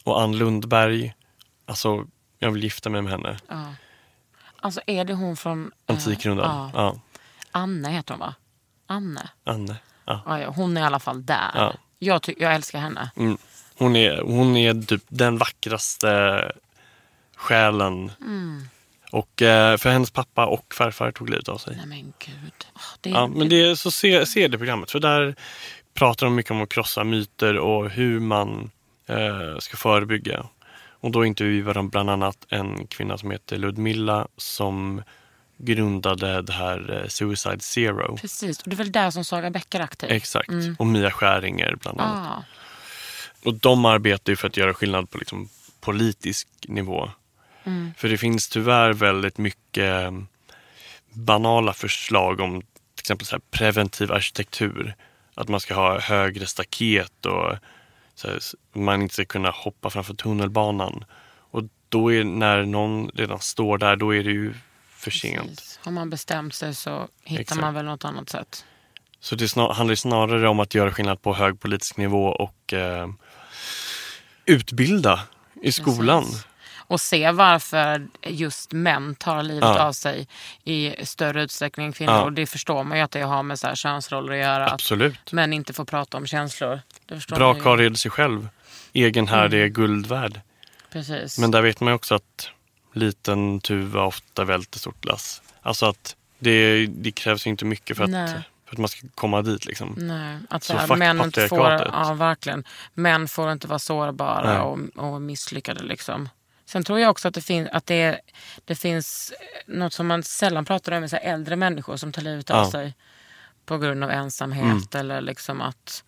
[SPEAKER 4] Och Ann Lundberg, alltså jag vill gifta mig med henne.
[SPEAKER 1] Alltså är det hon från... eh,
[SPEAKER 4] Antikrundan.
[SPEAKER 1] ja.
[SPEAKER 4] Ja.
[SPEAKER 1] Anne heter hon va? Anne?
[SPEAKER 4] Anne. Ja.
[SPEAKER 1] Ja, ja, hon är i alla fall där.
[SPEAKER 4] Ja.
[SPEAKER 1] Jag, ty- jag älskar henne.
[SPEAKER 4] Mm. Hon, är, hon är typ den vackraste själen.
[SPEAKER 1] Mm.
[SPEAKER 4] Och eh, för hennes pappa och farfar tog livet av sig.
[SPEAKER 1] Nej men gud. Ah, Det är,
[SPEAKER 4] Ja, men det, är- så se, se det programmet. För där pratar de mycket om att krossa myter och hur man eh, ska förebygga. Och då intervjuar de bland annat en kvinna som heter Ludmilla som grundade det här eh, Suicide Zero.
[SPEAKER 1] Precis, och det är väl där som Saga Beck är aktiv? Mm.
[SPEAKER 4] Exakt. Och Mia Skäringer bland annat.
[SPEAKER 1] Ah,
[SPEAKER 4] Och de arbetar ju för att göra skillnad på liksom politisk nivå.
[SPEAKER 1] Mm.
[SPEAKER 4] För det finns tyvärr väldigt mycket eh, banala förslag om till exempel så här preventiv arkitektur. Att man ska ha högre staket och så här, s- man inte ska kunna hoppa framför tunnelbanan. Och då är när någon redan står där, då är det ju för sent.
[SPEAKER 1] precis. Har man bestämt sig så hittar
[SPEAKER 4] Exakt.
[SPEAKER 1] man väl något annat sätt.
[SPEAKER 4] Så det snar- handlar ju snarare om att göra skillnad på hög politisk nivå och eh, utbilda i skolan.
[SPEAKER 1] Precis. Och se varför just män tar livet
[SPEAKER 4] Ja.
[SPEAKER 1] av sig i större utsträckning än kvinnor.
[SPEAKER 4] Ja.
[SPEAKER 1] Och det förstår man ju att det har med så här könsroller att göra. Att
[SPEAKER 4] Absolut.
[SPEAKER 1] män inte får prata om känslor. Det förstår
[SPEAKER 4] Bra
[SPEAKER 1] man ju.
[SPEAKER 4] karl reder sig själv. Egen härd är guld värd.
[SPEAKER 1] Precis.
[SPEAKER 4] Men där vet man ju också att liten tuva ofta välter stort lass. Alltså att det, det krävs ju inte mycket för att,
[SPEAKER 1] Nej. Mm.
[SPEAKER 4] för att man ska komma dit. Liksom.
[SPEAKER 1] Nej, att
[SPEAKER 4] Så
[SPEAKER 1] så här,
[SPEAKER 4] fuck
[SPEAKER 1] män inte får,
[SPEAKER 4] patriarkatet.
[SPEAKER 1] ja, verkligen. Män får inte vara
[SPEAKER 4] Nej.
[SPEAKER 1] sårbara och, och misslyckade. Liksom. Sen tror jag också att det, fin- att det, det finns eh, något som man sällan pratar om, är så här äldre människor som tar livet av
[SPEAKER 4] Ja. Mm.
[SPEAKER 1] sig på grund av ensamhet eller liksom att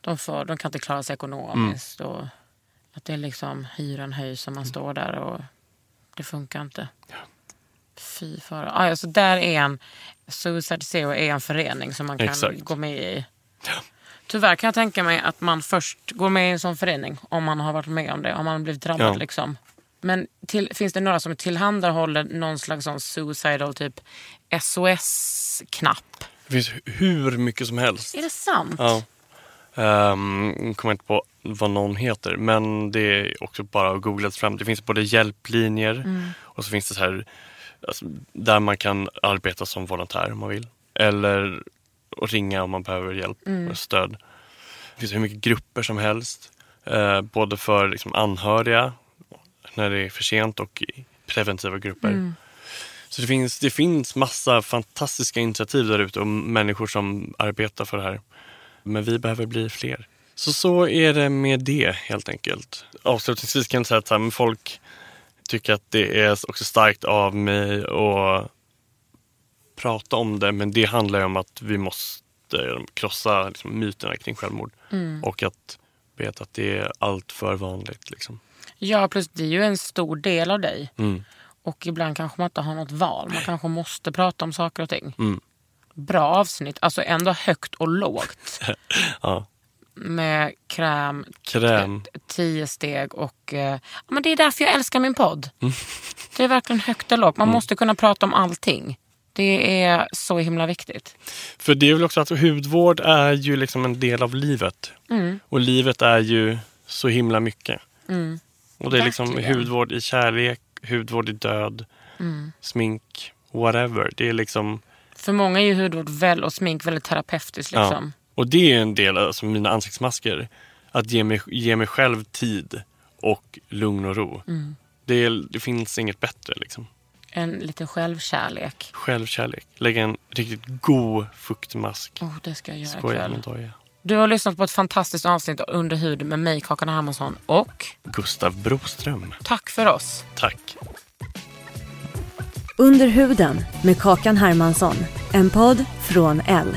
[SPEAKER 1] de, får, de kan inte klara sig ekonomiskt.
[SPEAKER 4] Mm.
[SPEAKER 1] Och att det är liksom hyran höjs och man står där och det funkar inte. Fy fara. Ah, ja, så där är en, Suicide Zero är en förening som man kan
[SPEAKER 4] Exakt.
[SPEAKER 1] gå med i. Tyvärr kan jag tänka mig att man först går med i en sån förening om man har varit med om det, om man har blivit drabbad.
[SPEAKER 4] Ja.
[SPEAKER 1] Liksom. Men till, finns det några som tillhandahåller någon slags sån suicidal typ SOS-knapp?
[SPEAKER 4] Det finns hur mycket som helst.
[SPEAKER 1] Är det sant?
[SPEAKER 4] Ja. Ehm, kommer inte på vad någon heter, men det är också bara att googla fram. Det finns både hjälplinjer och så finns det så här alltså, där man kan arbeta som volontär om man vill. Eller att ringa om man behöver hjälp och stöd. Det finns hur mycket grupper som helst. Eh, både för liksom, anhöriga när det är för sent och i preventiva grupper. Så det finns, det finns massa fantastiska initiativ där ute och människor som arbetar för det här. Men vi behöver bli fler. Så så är det med det helt enkelt. Avslutningsvis kan jag säga att så här, men folk tycker att det är också starkt av mig att prata om det. Men det handlar ju om att vi måste krossa liksom, myterna kring självmord. Och att veta att det är allt för vanligt. Liksom.
[SPEAKER 1] Ja, plus det är ju en stor del av dig.
[SPEAKER 4] Mm.
[SPEAKER 1] Och ibland kanske man inte har något val. Man kanske måste prata om saker och ting.
[SPEAKER 4] Mm.
[SPEAKER 1] Bra avsnitt. Alltså ändå högt och lågt.
[SPEAKER 4] Ja.
[SPEAKER 1] Med kräm,
[SPEAKER 4] Kräm.
[SPEAKER 1] tio steg och... Eh, ja, men det är därför jag älskar min podd. Det är verkligen högt och lågt.
[SPEAKER 4] Mm.
[SPEAKER 1] Man måste kunna prata om allting. Det är så himla viktigt.
[SPEAKER 4] För det är väl också att hudvård är ju liksom en del av livet. Och livet är ju så himla mycket. Och det är liksom
[SPEAKER 1] Verkligen.
[SPEAKER 4] hudvård i kärlek, hudvård i död, smink, whatever. Det är liksom...
[SPEAKER 1] För många är ju hudvård väl och smink väldigt terapeutiskt. Liksom.
[SPEAKER 4] Ja. Och det är en del av alltså, mina ansiktsmasker. Att ge mig, ge mig själv tid och lugn och ro. Det, är, det finns inget bättre. Liksom.
[SPEAKER 1] En liten självkärlek.
[SPEAKER 4] Självkärlek. Lägga en riktigt god fuktmask.
[SPEAKER 1] Oh, det ska jag göra
[SPEAKER 4] Skoja
[SPEAKER 1] ikväll.
[SPEAKER 4] med doja.
[SPEAKER 1] Du har lyssnat på ett fantastiskt avsnitt av under huden med mig, Kakan Hermansson. Och
[SPEAKER 4] Gustav Broström.
[SPEAKER 1] tack för oss.
[SPEAKER 4] Tack.
[SPEAKER 2] Under huden med Kakan Hermansson. En podd från L.